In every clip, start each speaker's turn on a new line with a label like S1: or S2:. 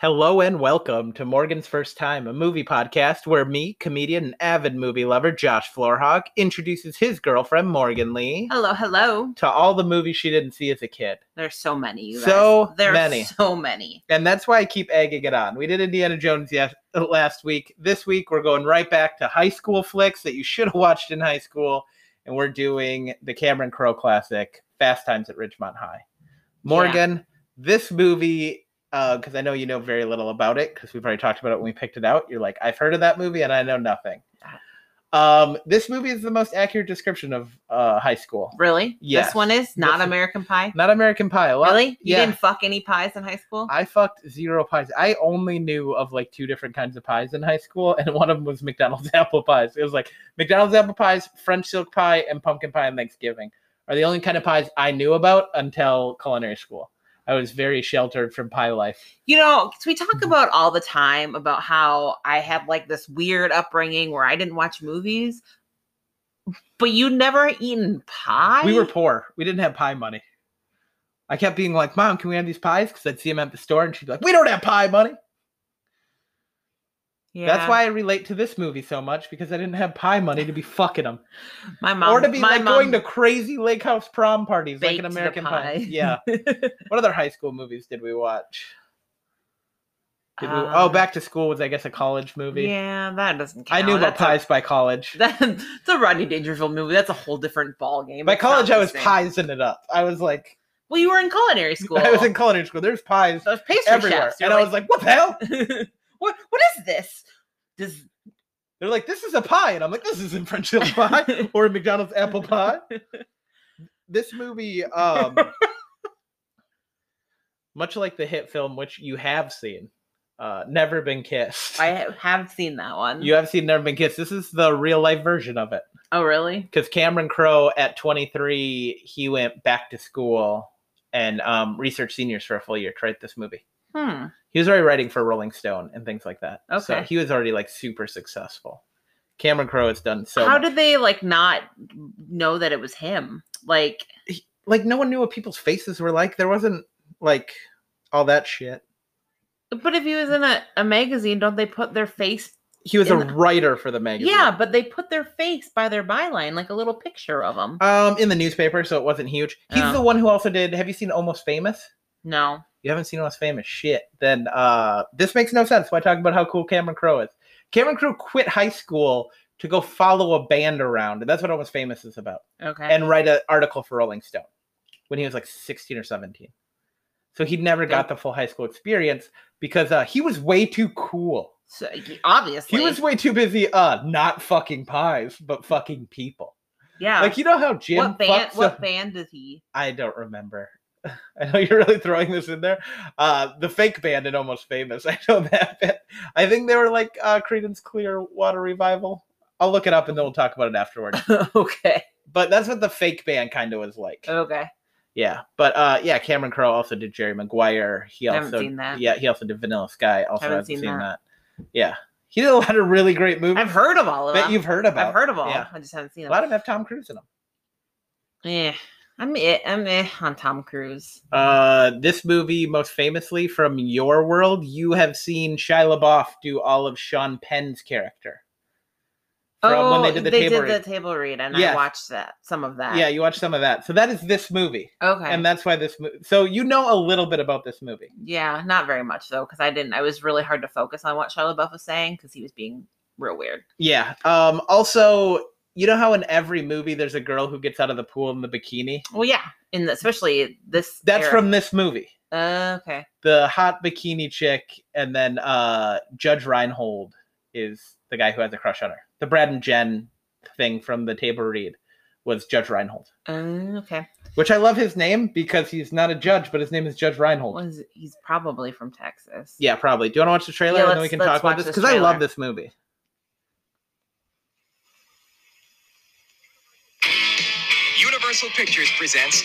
S1: Hello and welcome to Morgan's First Time, a movie podcast where me, comedian and avid movie lover Josh Floorhog, introduces his girlfriend Morgan Lee
S2: Hello, hello.
S1: to all the movies she didn't see as a kid.
S2: There's so many. You
S1: So
S2: guys. There's
S1: many.
S2: So many.
S1: And that's why I keep egging it on. We did Indiana Jones yes, last week. This week, we're going right back to high school flicks that you should have watched in high school. And we're doing the Cameron Crowe classic, Fast Times at Ridgemont High. Morgan, this movie, because I know you know very little about it, because we've already talked about it when we picked it out. You're like, I've heard of that movie and I know nothing. Um, this movie is the most accurate description of uh, high school.
S2: Really?
S1: Yes.
S2: This one is not
S1: This-
S2: American Pie.
S1: Not American Pie. A lot-
S2: really? You
S1: yeah.
S2: didn't fuck any pies in high school?
S1: I fucked zero pies. I only knew of like two different kinds of pies in high school, and one of them was McDonald's apple pies. It was like McDonald's apple pies, French silk pie, and pumpkin pie on Thanksgiving are the only kind of pies I knew about until culinary school. I was very sheltered from pie life.
S2: you know, 'cause we
S1: Mm-hmm.
S2: talk about all the time about how I had like this weird upbringing where I didn't watch movies, but you never eaten pie.
S1: we were poor. We didn't have pie money. I kept being like, "Mom, can we have these pies?" Because I'd see them at the store, and she'd be like, "We don't have pie money."
S2: Yeah.
S1: That's why I relate to this movie so much because I didn't have pie money to be fucking them.
S2: my mom
S1: or to be
S2: my
S1: like
S2: mom,
S1: going to crazy lake house prom parties like
S2: baked
S1: an
S2: the
S1: American
S2: pie.
S1: pie. Yeah. what other high school movies did we watch? Did we, oh,
S2: Uh,
S1: Back to School was I guess a college movie.
S2: Yeah, that doesn't count.
S1: I knew about
S2: That's a-
S1: pies by college.
S2: That's a Rodney Dangerfield movie. That's a whole different ballgame.
S1: by
S2: It's not
S1: college,
S2: the
S1: I was
S2: same.
S1: piesing it up. I was like,
S2: Well, you were in culinary school.
S1: I was in culinary school. There's pies
S2: those pastry
S1: everywhere,
S2: chefs.
S1: and
S2: You're
S1: I was like, what the hell?
S2: what what is this? Does
S1: They're like, this is a pie, and I'm like, this isn't French silk pie or McDonald's apple pie. This movie, um, much like the hit film, which you have seen, uh, never been kissed.
S2: I ha- have seen that one.
S1: You have seen Never Been Kissed. This is the real life version of it.
S2: Oh really?
S1: Because Cameron Crowe at 23, he went back to school and um, researched seniors for a full year to write this movie.
S2: Hmm.
S1: He was already writing for Rolling Stone and things like that. So
S2: Okay.
S1: he was already like super successful. Cameron Crowe has done so.
S2: How
S1: much.
S2: did they like not know that it was him? Like
S1: like no one knew what people's faces were like. There wasn't like all that shit.
S2: but if he was in a, a magazine, don't they put their face
S1: He was a
S2: In-
S1: writer for the magazine.
S2: Yeah, but they put their face by their byline, like a little picture of him.
S1: Um, in the newspaper, so it wasn't huge. He's
S2: Oh.
S1: the one who also did. Have you seen Almost Famous?
S2: no.
S1: you haven't seen Almost Famous, shit, then uh, this makes no sense. Why talk about how cool Cameron Crowe is? Cameron Crowe quit high school to go follow a band around, and that's what Almost Famous is about,
S2: Okay.
S1: and write an article for Rolling Stone when he was like 16 or 17. So he never got the full high school experience because uh, he was way too cool.
S2: so, obviously.
S1: He was way too busy, uh, not fucking pies, but fucking people.
S2: yeah.
S1: Like you know how Jim uh,
S2: what band
S1: fucks
S2: what
S1: up-
S2: band is he?
S1: I don't remember. I know you're really throwing this in there. Uh, the fake band and Almost Famous. I know that band. I think they were like uh, Credence Clearwater Revival. I'll look it up and then we'll talk about it afterwards.
S2: okay.
S1: but that's what the fake band kind of was like.
S2: Okay.
S1: Yeah. But uh, yeah, Cameron Crowe also did Jerry Maguire. He
S2: I
S1: also
S2: haven't seen that.
S1: yeah he also did Vanilla Sky. Also
S2: Haven't
S1: haven't,
S2: seen
S1: seen, that. Yeah, he did a lot of really great movies
S2: I've heard of all of
S1: that
S2: them.
S1: you've heard about.
S2: I've heard of all.
S1: Yeah.
S2: I just haven't seen
S1: A
S2: them.
S1: lot of them have Tom Cruise in them.
S2: Yeah, Eh, I'm it. I'm eh on Tom Cruise.
S1: Uh, this movie, most famously from your world, you have seen Shia LaBeouf do all of Sean Penn's character. From when they did the table read.
S2: Oh, the table read, and
S1: Yes.
S2: I watched that some of that.
S1: Yeah, you watched some of that. So that is this movie,
S2: Okay.
S1: and that's why this movie. So you know a little bit about this movie.
S2: yeah, not very much though, because I didn't. I was really hard to focus on what Shia LaBeouf was saying because he was being real weird.
S1: Yeah. Um. Also, you know how in every movie there's a girl who gets out of the pool in the bikini.
S2: Well, yeah, and especially this.
S1: That's
S2: era.
S1: from this movie.
S2: Uh, okay.
S1: The hot bikini chick, and then uh, Judge Reinhold is the guy who has a crush on her. The Brad and Jen thing from the table read was Judge Reinhold.
S2: Uh, okay.
S1: Which I love his name because he's not a judge, but his name is Judge Reinhold.
S2: Was he's probably from Texas?
S1: Yeah, probably. Do you want to watch the trailer
S2: Yeah,
S1: and then we
S2: let's-
S1: can
S2: let's
S1: talk about
S2: watch
S1: this?
S2: this
S1: Because I
S2: trailer.
S1: love this movie.
S3: Universal Pictures presents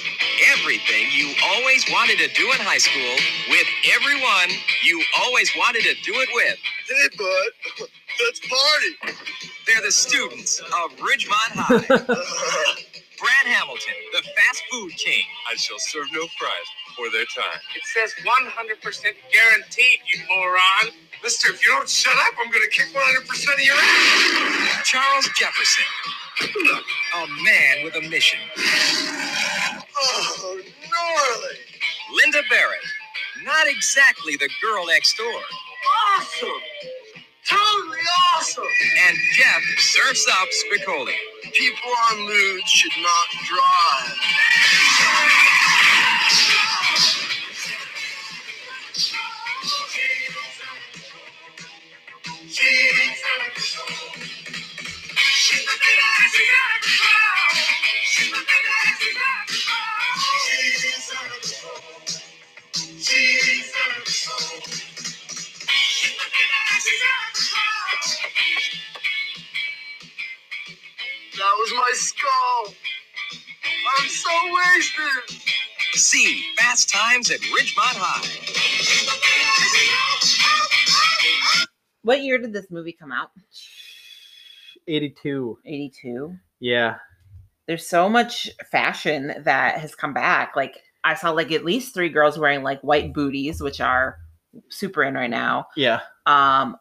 S3: everything you always wanted to do in high school with everyone you always wanted to do it with.
S4: Hey, bud. Let's party.
S3: They're the students of Ridgemont High. Brad Hamilton, the fast food king.
S4: I shall serve no prize for their time.
S5: It says 100% guaranteed, you moron.
S4: Mister, if you don't shut up, I'm gonna kick 100% of your ass.
S3: Charles Jefferson, a man with a mission.
S4: Oh, gnarly.
S3: Linda Barrett, not exactly the girl next door.
S4: Awesome. Totally awesome.
S3: And Jeff surfs up Spicoli.
S4: People on moods should not drive. That was my skull. I'm so wasted.
S3: See Fast Times at Ridgemont High.
S2: What year did this movie come out?
S1: 82.
S2: 82.
S1: Yeah.
S2: There's so much fashion that has come back. Like I saw like at least three girls wearing like white booties, which are super in right now.
S1: Yeah.
S2: Um,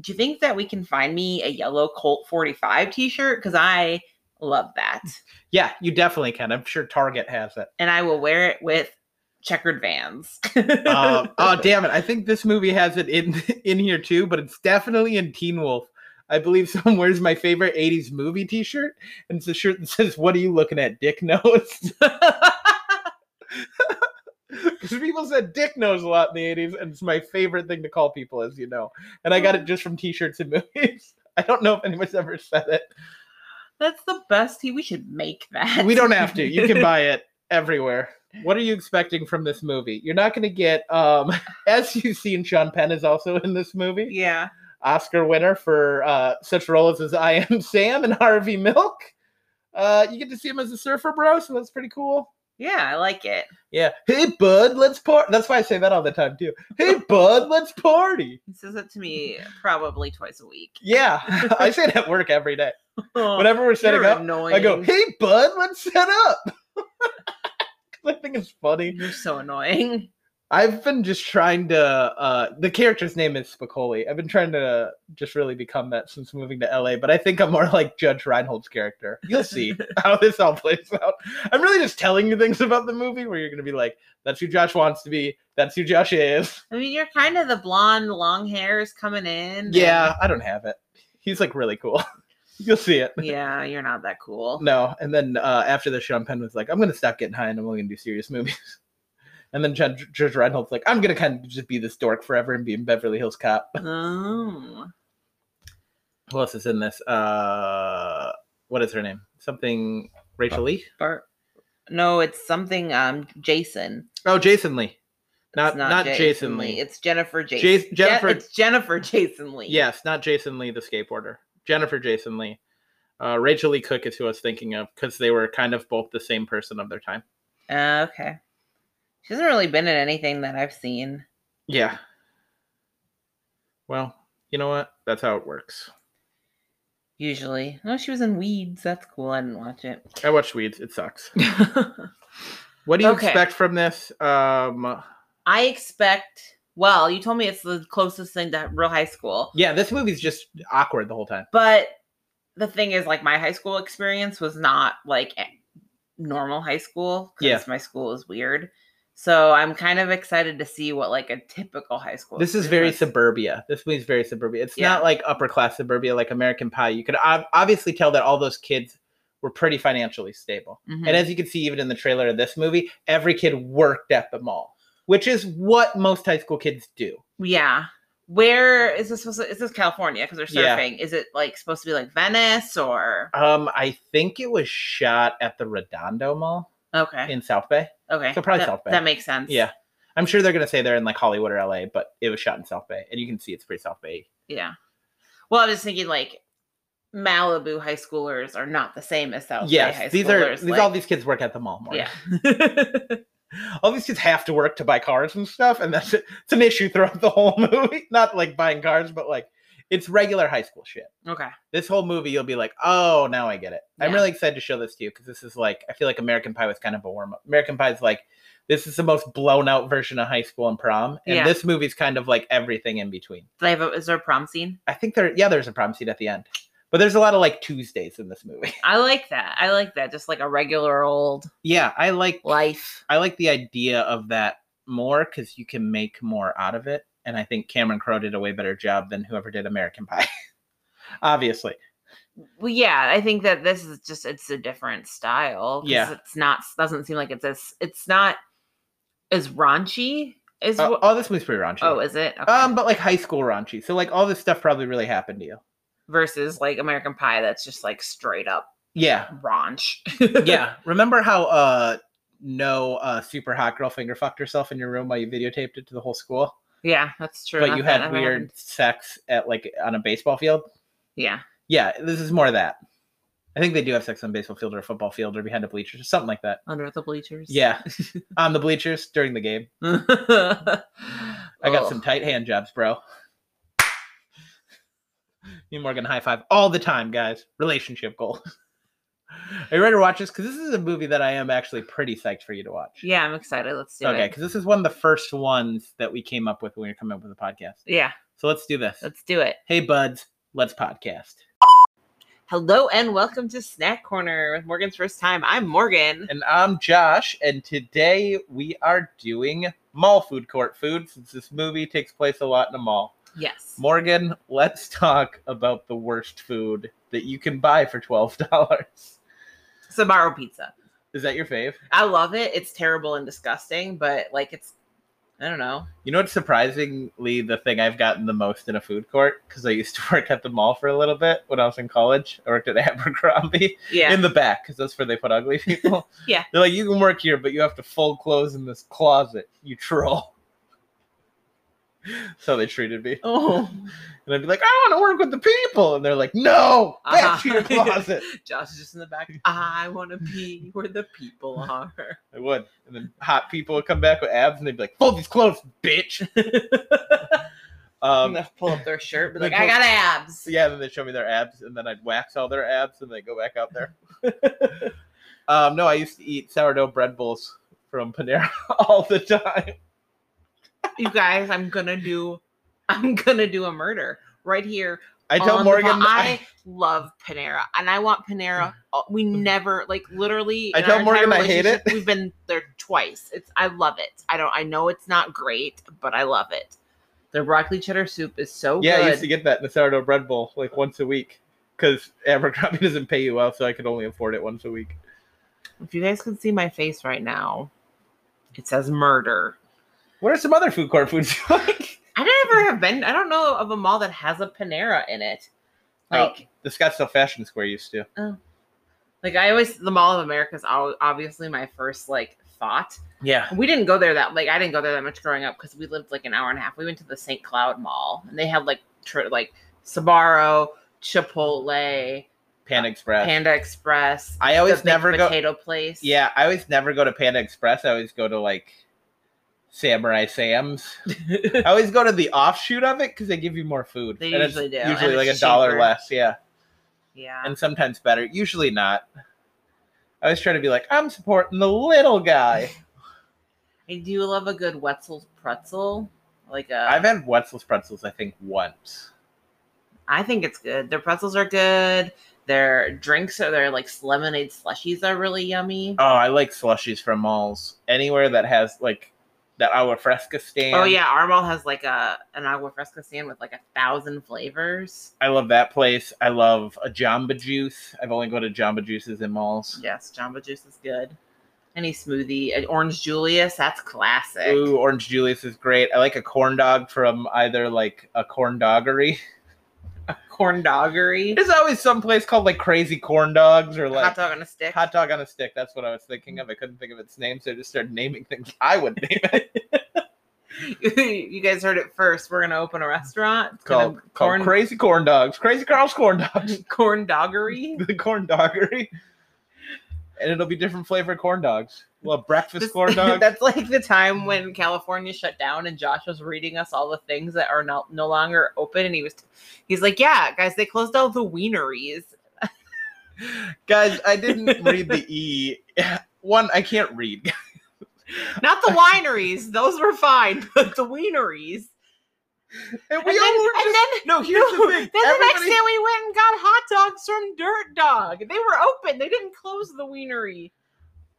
S2: do you think that we can find me a yellow Colt 45 t-shirt? Because I love that.
S1: Yeah, you definitely can. I'm sure Target has it.
S2: And I will wear it with checkered vans.
S1: Um, oh damn it! I think this movie has it in in here too, but it's definitely in Teen Wolf. I believe someone wears my favorite '80s movie T-shirt, and it's a shirt that says, "What are you looking at, Dick Nose?" Because people said Dick Nose a lot in the '80s, and it's my favorite thing to call people, as you know. And I got it just from T-shirts and movies. I don't know if anyone's ever said it.
S2: That's the best tea. We should make that.
S1: We don't have to. You can buy it everywhere. What are you expecting from this movie? You're not going to get, um, as you've seen, Sean Penn is also in this movie.
S2: yeah.
S1: Oscar winner for uh, such roles as I Am Sam and Harvey Milk. Uh, you get to see him as a surfer bro, so that's pretty cool.
S2: Yeah, I like it.
S1: Yeah. Hey, bud, let's party. That's why I say that all the time, too. Hey, bud, let's party.
S2: He says it to me probably twice a week.
S1: Yeah. I say it at work every day. Whenever we're setting
S2: Oh, You're
S1: up,
S2: annoying.
S1: I go, hey, bud, let's set up. 'Cause I think it's funny.
S2: You're so annoying.
S1: I've been just trying to. Uh, the character's name is Spicoli. I've been trying to just really become that since moving to LA, but I think I'm more like Judge Reinhold's character. You'll see how this all plays out. I'm really just telling you things about the movie where you're going to be like, that's who Josh wants to be. That's who Josh is.
S2: I mean, you're kind of the blonde, long hair is coming in.
S1: Yeah, I don't have it. He's like really cool. You'll see it.
S2: and- yeah, you're not that cool.
S1: No. And then uh, after the Sean Penn was like, I'm going to stop getting high and I'm only going to do serious movies. And then Judge, Judge Reinhold's like, I'm going to kind of just be this dork forever and be in Beverly Hills Cop.
S2: Oh.
S1: who else is in this? Uh, what is her name? Something Rachel Lee?
S2: Bar- no, it's something um Jason.
S1: Oh, Jason Lee.
S2: It's
S1: Not not, Jason Lee.
S2: It's Jennifer Jason.
S1: Jas- Jennifer-
S2: it's Jennifer Jason Lee.
S1: yes, not Jason Lee, the skateboarder. Jennifer Jason Lee. Uh, Rachel Lee Cook is who I was thinking of because they were kind of both the same person of their time.
S2: Uh, okay. She hasn't really been in anything that I've seen.
S1: Yeah. Well, you know what? That's how it works.
S2: Usually, no, she was in Weeds. That's cool. I didn't watch it.
S1: I watched Weeds. It sucks. What do you
S2: Okay.
S1: expect from this? Um,
S2: I expect. Well, you told me it's the closest thing to real high school,
S1: yeah, this movie's just awkward the whole time.
S2: but the thing is, like my high school experience was not like a- normal high school
S1: Yeah.
S2: because my school is weird. So I'm kind of excited to see what like a typical high school.
S1: This is very
S2: experience-
S1: suburbia. This movie's very suburbia. It's
S2: Yeah.
S1: not like upper class suburbia like American Pie. You could ob- obviously tell that all those kids were pretty financially stable.
S2: Mhm.
S1: And as you can see, even in the trailer of this movie, every kid worked at the mall, which is what most high school kids do.
S2: yeah. Where is this supposed? To, is this California? Because they're
S1: Yeah.
S2: surfing. Is it like supposed to be like Venice or?
S1: Um, I think it was shot at the Redondo Mall
S2: Okay.
S1: in South Bay.
S2: okay.
S1: so probably
S2: that,
S1: South Bay.
S2: That makes sense.
S1: Yeah. I'm sure they're going to say they're in like Hollywood or LA, but it was shot in South Bay. And you can see it's pretty South Bay.
S2: Yeah. Well, I was thinking like Malibu high schoolers are not the same as South Bay Oh, high
S1: yes,
S2: schoolers.
S1: these are these
S2: like-
S1: all these kids work at the mall more.
S2: Yeah.
S1: all these kids have to work to buy cars and stuff, and that's it's an issue throughout the whole movie. Not like buying cars, but like It's regular high school shit.
S2: Okay.
S1: This whole movie, you'll be like, oh, now I get it. I'm
S2: Yeah.
S1: really excited to show this to you because this is like, I feel like American Pie was kind of a warm up. American Pie's like, this is the most blown out version of high school and prom. And
S2: Yeah.
S1: this movie's kind of like everything in between.
S2: Do they have a, is there a prom scene?
S1: I think there, yeah, there's a prom scene at the end, but there's a lot of like Tuesdays in this movie.
S2: I like that. I like that. Just like a regular old
S1: yeah, I like
S2: life.
S1: I like the idea of that more because you can make more out of it. And I think Cameron Crowe did a way better job than whoever did American Pie. Obviously.
S2: Well, yeah, I think that this is just it's a different style. 'cause
S1: Yeah.
S2: it's not doesn't seem like it's as it's not as raunchy as
S1: Oh,
S2: what-
S1: oh, this movie's pretty raunchy.
S2: oh is it okay.
S1: um, but like high school raunchy. So like all this stuff probably really happened to you.
S2: versus like American Pie that's just like straight up
S1: Yeah.
S2: raunch.
S1: Yeah. Remember how uh no uh super hot girl finger fucked herself in your room while you videotaped it to the whole school?
S2: yeah, that's true.
S1: But
S2: Not
S1: you
S2: that
S1: had
S2: I've ever-
S1: weird sex at like on a baseball field?
S2: Yeah,
S1: Yeah, this is more of that. I think they do have sex on a baseball field or a football field or behind a bleachers or something like that.
S2: under the bleachers.
S1: Yeah. on the bleachers during the game. I
S2: I
S1: got some tight hand jobs, bro. Me and Morgan high five all the time, guys. Relationship goal. Are you ready to watch this? Because this is a movie that I am actually pretty psyched for you to watch.
S2: Yeah, I'm excited. Let's do
S1: okay,
S2: it.
S1: because this is one of the first ones that we came up with when we were coming up with the podcast.
S2: Yeah,
S1: So let's do this.
S2: let's do it.
S1: Hey, buds, let's podcast.
S2: Hello and welcome to Snack Corner with Morgan's first time. I'm Morgan.
S1: And I'm Josh, and today we are doing mall food court food since this movie takes place a lot in a mall.
S2: Yes.
S1: Morgan, let's talk about the worst food that you can buy for twelve dollars.
S2: Sabaro pizza.
S1: Is that your fave?
S2: I love it. It's terrible and disgusting, but like it's I don't know.
S1: You know what's surprisingly the thing I've gotten the most in a food court? Because I used to work at the mall for a little bit when I was in college. I worked at Abercrombie
S2: Yeah.
S1: in the back because that's where they put ugly people.
S2: Yeah.
S1: They're like, you can work here, but you have to fold clothes in this closet, you troll. That's how they treated me.
S2: oh.
S1: And I'd be like, I want to work with the people. And they're like, no, back to your
S2: Uh-huh.
S1: closet.
S2: Josh is just in the back. I want to be where the people are.
S1: I would. And then hot people would come back with abs and they'd be like, fold these clothes, bitch. um,
S2: And they'll pull up their shirt, be
S1: They
S2: like, I
S1: pull-
S2: got abs.
S1: so yeah, then they'd show me their abs and then I'd wax all their abs and they go back out there. um, no, I used to eat sourdough bread bowls from Panera all the time.
S2: You guys, I'm gonna do, I'm gonna do a murder right here.
S1: I tell
S2: on the
S1: Morgan,
S2: pod- Um, I love Panera, and I want Panera. all- We never like literally.
S1: Mm. I
S2: in
S1: tell
S2: our entire
S1: Morgan I hate
S2: relationship, We've been there twice. It's I love it. I don't. I know it's not great, but I love it. Their broccoli cheddar soup is so
S1: yeah, I used to
S2: Oh, good.
S1: get that in the sourdough bread bowl like once a week because Abercrombie doesn't pay you well, so I could only afford it once a week.
S2: If you guys can see my face right now, it says murder.
S1: What are some other food court foods you like?
S2: I never have been. I don't know of a mall that has a Panera in it.
S1: Oh.
S2: Like
S1: The Scottsdale Fashion Square used to.
S2: Like I always, the Mall of America is al- obviously my first like thought.
S1: Yeah.
S2: We didn't go there that like I didn't go there that much growing up because we lived like an hour and a half. We went to the St. Cloud Mall and they had like tr- like Sabaro, Chipotle,
S1: Pan Express.
S2: Panda Express.
S1: I always never
S2: big
S1: go.
S2: potato place.
S1: Yeah, I always never go to Panda Express. I always go to like Samurai Sam's. I always go to the offshoot of it because they give you more food.
S2: They
S1: And it's
S2: usually do, and
S1: Usually like a
S2: it's
S1: dollar
S2: cheaper.
S1: less, yeah,
S2: yeah.
S1: and sometimes better. Usually not. I always try to be like, I'm supporting the little guy.
S2: I do love a good Wetzel's pretzel. Like uh, a,
S1: I've had Wetzel's pretzels, I think, once.
S2: I think it's good. Their pretzels are good. Their drinks are their like lemonade slushies are really yummy.
S1: Oh, I like slushies from malls. Anywhere that has like that agua fresca stand.
S2: Oh yeah, Armal has like a an agua fresca stand with like a thousand flavors.
S1: I love that place. I love a Jamba Juice. I've only gone to Jamba Juices in malls.
S2: Yes, Jamba Juice is good. Any smoothie, an orange Julius, that's classic.
S1: Ooh, Orange Julius is great. I like a corn dog from either like a corn doggery.
S2: Corn doggery,
S1: There's always some place called like crazy corn dogs or like
S2: hot dog on a stick.
S1: Hot dog on a stick. That's what I was thinking of. I couldn't think of its name, so I just started naming things I would name it.
S2: you guys heard it first. We're gonna open a restaurant It's gonna
S1: called,
S2: be
S1: called crazy corn dogs. Crazy Carl's corn dogs.
S2: corn doggery.
S1: the corn doggery. and it'll be different flavored corn dogs. Well, breakfast
S2: This-
S1: corn dog.
S2: that's like the time when California shut down and Josh was reading us all the things that are no, no longer open. And he was, he's like, yeah, guys, they closed all the wieneries.
S1: Guys, I didn't read the E. One, I can't read.
S2: Not the wineries. Those were fine, but the wieneries.
S1: And
S2: And
S1: we all
S2: then-
S1: were
S2: and
S1: just,
S2: then-
S1: no, here's the thing.
S2: Then the next
S1: Everybody-
S2: day we went and got hot dogs from Dirt Dog. They were open. They didn't close the wienery.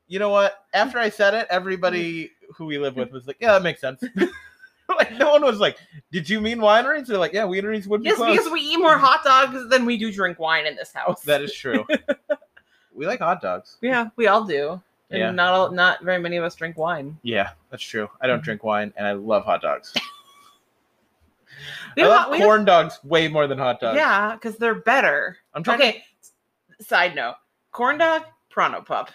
S1: you know what? After I said it, everybody
S2: Mm-hmm.
S1: who we live with was like, "Yeah, that makes sense." like, no one was like, "Did you mean wineries?" They're like, "Yeah, wineries would be
S2: Yes,
S1: closed."
S2: because we eat more hot dogs than we do drink wine in this house.
S1: that is true. we like hot dogs.
S2: yeah, we all do. And
S1: Yeah.
S2: not all, not very many of us drink wine.
S1: Yeah, that's true. I don't drink wine, and I love hot dogs.
S2: We
S1: I
S2: have
S1: love
S2: hot- we have-
S1: corn dogs way more than hot dogs.
S2: yeah, because they're better.
S1: I'm trying. To,
S2: Okay. s- Side note: corn dog, Prono Pup.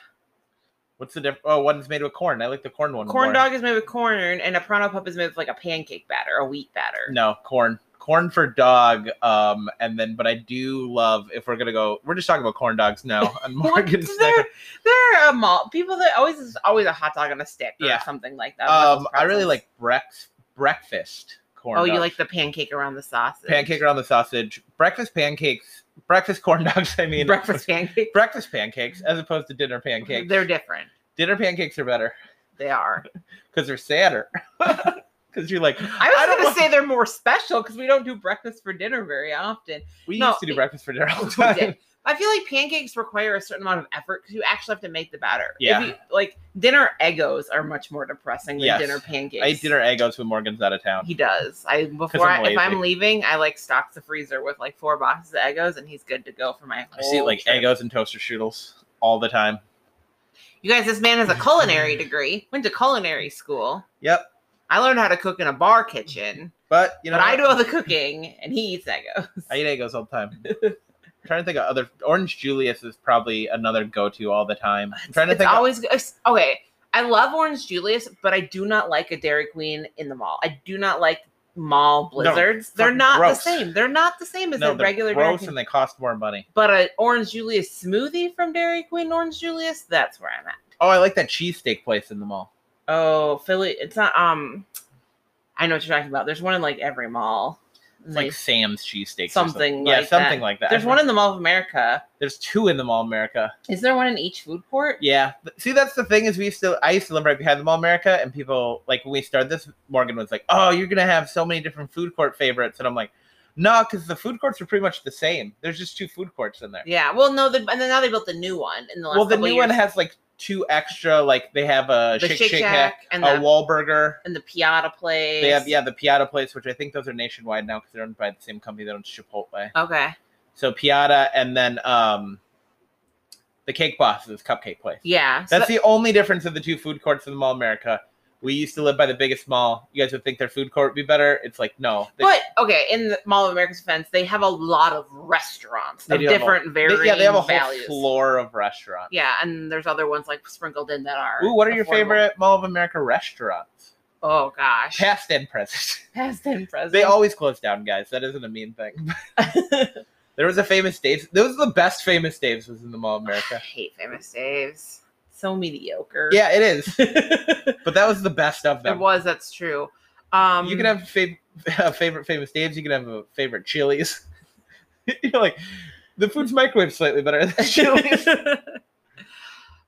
S1: what's the difference? Oh, one's made with corn. I like the corn one.
S2: Corn
S1: more.
S2: dog is made with corn, and a Prono Pup is made with like a pancake batter, a wheat batter.
S1: No, corn. Corn for dog. Um, and then, but I do love if we're gonna go. We're just talking about corn dogs now. And
S2: What?
S1: Morgan
S2: They're, they're a malt. People that always is always a hot dog on a stick or
S1: Yeah.
S2: something like that.
S1: Um,
S2: Brussels
S1: I really
S2: pretzels.
S1: like brex- breakfast corn.
S2: Oh, you
S1: dogs.
S2: like the pancake around the sausage.
S1: pancake around the sausage, breakfast pancakes, breakfast corn dogs. I mean,
S2: breakfast pancake.
S1: breakfast pancakes as opposed to dinner pancakes.
S2: They're different.
S1: dinner pancakes are better
S2: They are.
S1: because they're sadder. Because you're like,
S2: I was
S1: I don't
S2: gonna
S1: want-
S2: say they're more special because we don't do breakfast for dinner very often.
S1: we
S2: No,
S1: used to do breakfast for dinner all the
S2: We
S1: time.
S2: did. I feel like pancakes require a certain amount of effort because you actually have to make the batter. If
S1: Yeah.
S2: you- like dinner egos are much more depressing than
S1: Yes.
S2: dinner pancakes.
S1: I eat dinner egos when Morgan's out of town.
S2: He does. I before
S1: I'm
S2: I, if I'm
S1: lazy.
S2: leaving, I like stock the freezer with like four boxes of Egos, and he's good to go for my. Whole
S1: I see like
S2: trip.
S1: egos and toaster strudels all the time.
S2: You guys, this man has a culinary degree. Went to culinary school.
S1: Yep.
S2: I learned how to cook in a bar kitchen,
S1: But you know,
S2: but I
S1: what?
S2: do all the cooking, and he eats Egos.
S1: I eat egos all the time. I'm trying to think of other Orange Julius is probably another go-to all the time. I'm trying to
S2: It's
S1: think. of-
S2: always it's- okay. I love Orange Julius, but I do not like a Dairy Queen in the mall. I do not like mall blizzards. They're
S1: fucking
S2: not
S1: gross.
S2: the same. They're not the same as
S1: no,
S2: a
S1: they're
S2: regular Dairy
S1: gross
S2: Queen.
S1: and they cost more money.
S2: but an Orange Julius smoothie from Dairy Queen Orange Julius, that's where I'm at.
S1: Oh, I like that cheesesteak place in the mall.
S2: Oh, Philly. It's not. Um, I know what you're talking about. There's one in like every mall.
S1: It's
S2: Like,
S1: like Sam's cheesesteak.
S2: Something
S1: yeah,
S2: like
S1: something
S2: that.
S1: like that.
S2: there's one in the Mall of America.
S1: There's two in the Mall America.
S2: Is there one in each food court?
S1: Yeah. But- See, that's the thing is we used to I used to live right behind the Mall America, and people like when we started this, Morgan was like, "Oh, you're gonna have so many different food court favorites," and I'm like, "No, because the food courts are pretty much the same. There's just two food courts in there.
S2: Yeah. Well, no. The, and then now they built the new one in the last.
S1: well, the
S2: couple
S1: new
S2: years.
S1: one has like two extra. Like they have a
S2: the
S1: Shake
S2: Shake Shack and
S1: a
S2: the
S1: Wahlburger.
S2: and the Piata place.
S1: They have yeah the Piata place, which I think those are nationwide now because they're owned by the same company that owns Chipotle.
S2: Okay.
S1: So Piata and then um the Cake Boss's cupcake place.
S2: Yeah. So
S1: That's
S2: that-
S1: the only difference of the two food courts in the Mall of America. We used to live by the biggest mall. You guys would think their food court would be better. It's like no. They-
S2: but okay, in the Mall of America's defense, they have a lot of restaurants
S1: They
S2: of
S1: do have a-
S2: different
S1: they-
S2: varying
S1: yeah, they have a whole
S2: values.
S1: floor of restaurants.
S2: Yeah, and there's other ones like sprinkled in that are.
S1: Ooh, what are your
S2: affordable.
S1: favorite Mall of America restaurants?
S2: Oh gosh,
S1: Past and present.
S2: past and present.
S1: They always close down, guys. That isn't a mean thing. there was a famous Dave's. That was the best famous Dave's was in the Mall of
S2: I
S1: America.
S2: hate famous Dave's. So mediocre.
S1: Yeah, it is. but that was the best of
S2: it
S1: them.
S2: was. That's true. Um,
S1: you can have fav- a favorite famous Dave's. You can have a favorite Chili's. You're like, the food's microwaved slightly better than Chili's.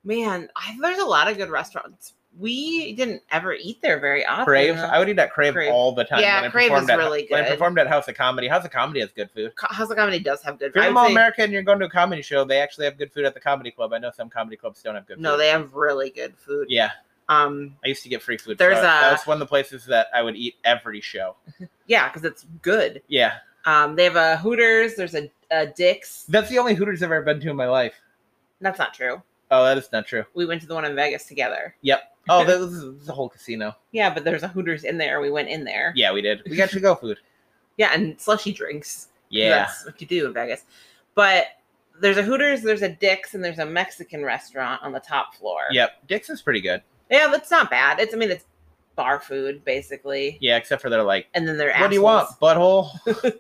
S2: Man, I, there's a lot of good restaurants. We didn't ever eat there very often.
S1: Crave.
S2: though.
S1: I would eat at Crave,
S2: Crave.
S1: all the time.
S2: Yeah,
S1: when I
S2: Crave is
S1: performed at-
S2: really
S1: When I
S2: good.
S1: performed at House of Comedy, House of Comedy has good food.
S2: Co- House of Comedy does have good.
S1: If you're
S2: I'd
S1: in Mall
S2: say-
S1: America and you're going to a comedy show, they actually have good food at the comedy club. I know some comedy clubs don't have good
S2: No,
S1: food.
S2: they have really good food.
S1: Yeah.
S2: Um,
S1: I used to get free food.
S2: There's
S1: so
S2: a-
S1: that was one of the places that I would eat every show.
S2: yeah, because it's good.
S1: Yeah,
S2: Um, they have a Hooters. There's a, a Dick's.
S1: that's the only Hooters I've ever been to in my life.
S2: That's not true.
S1: Oh, that is not true.
S2: We went to the one in Vegas together.
S1: Oh, that was the whole casino.
S2: Yeah, but there's a Hooters in there. We went in there.
S1: Yeah, we did. We got to go food.
S2: Yeah, and slushy drinks. 'cause
S1: Yeah,
S2: That's what you do in Vegas. But there's a Hooters, there's a Dick's, and there's a Mexican restaurant on the top floor.
S1: yep. Dick's is pretty good.
S2: Yeah, that's not bad. It's I mean it's bar food basically.
S1: Yeah, except for they're like,
S2: And then their
S1: what do you want, butthole?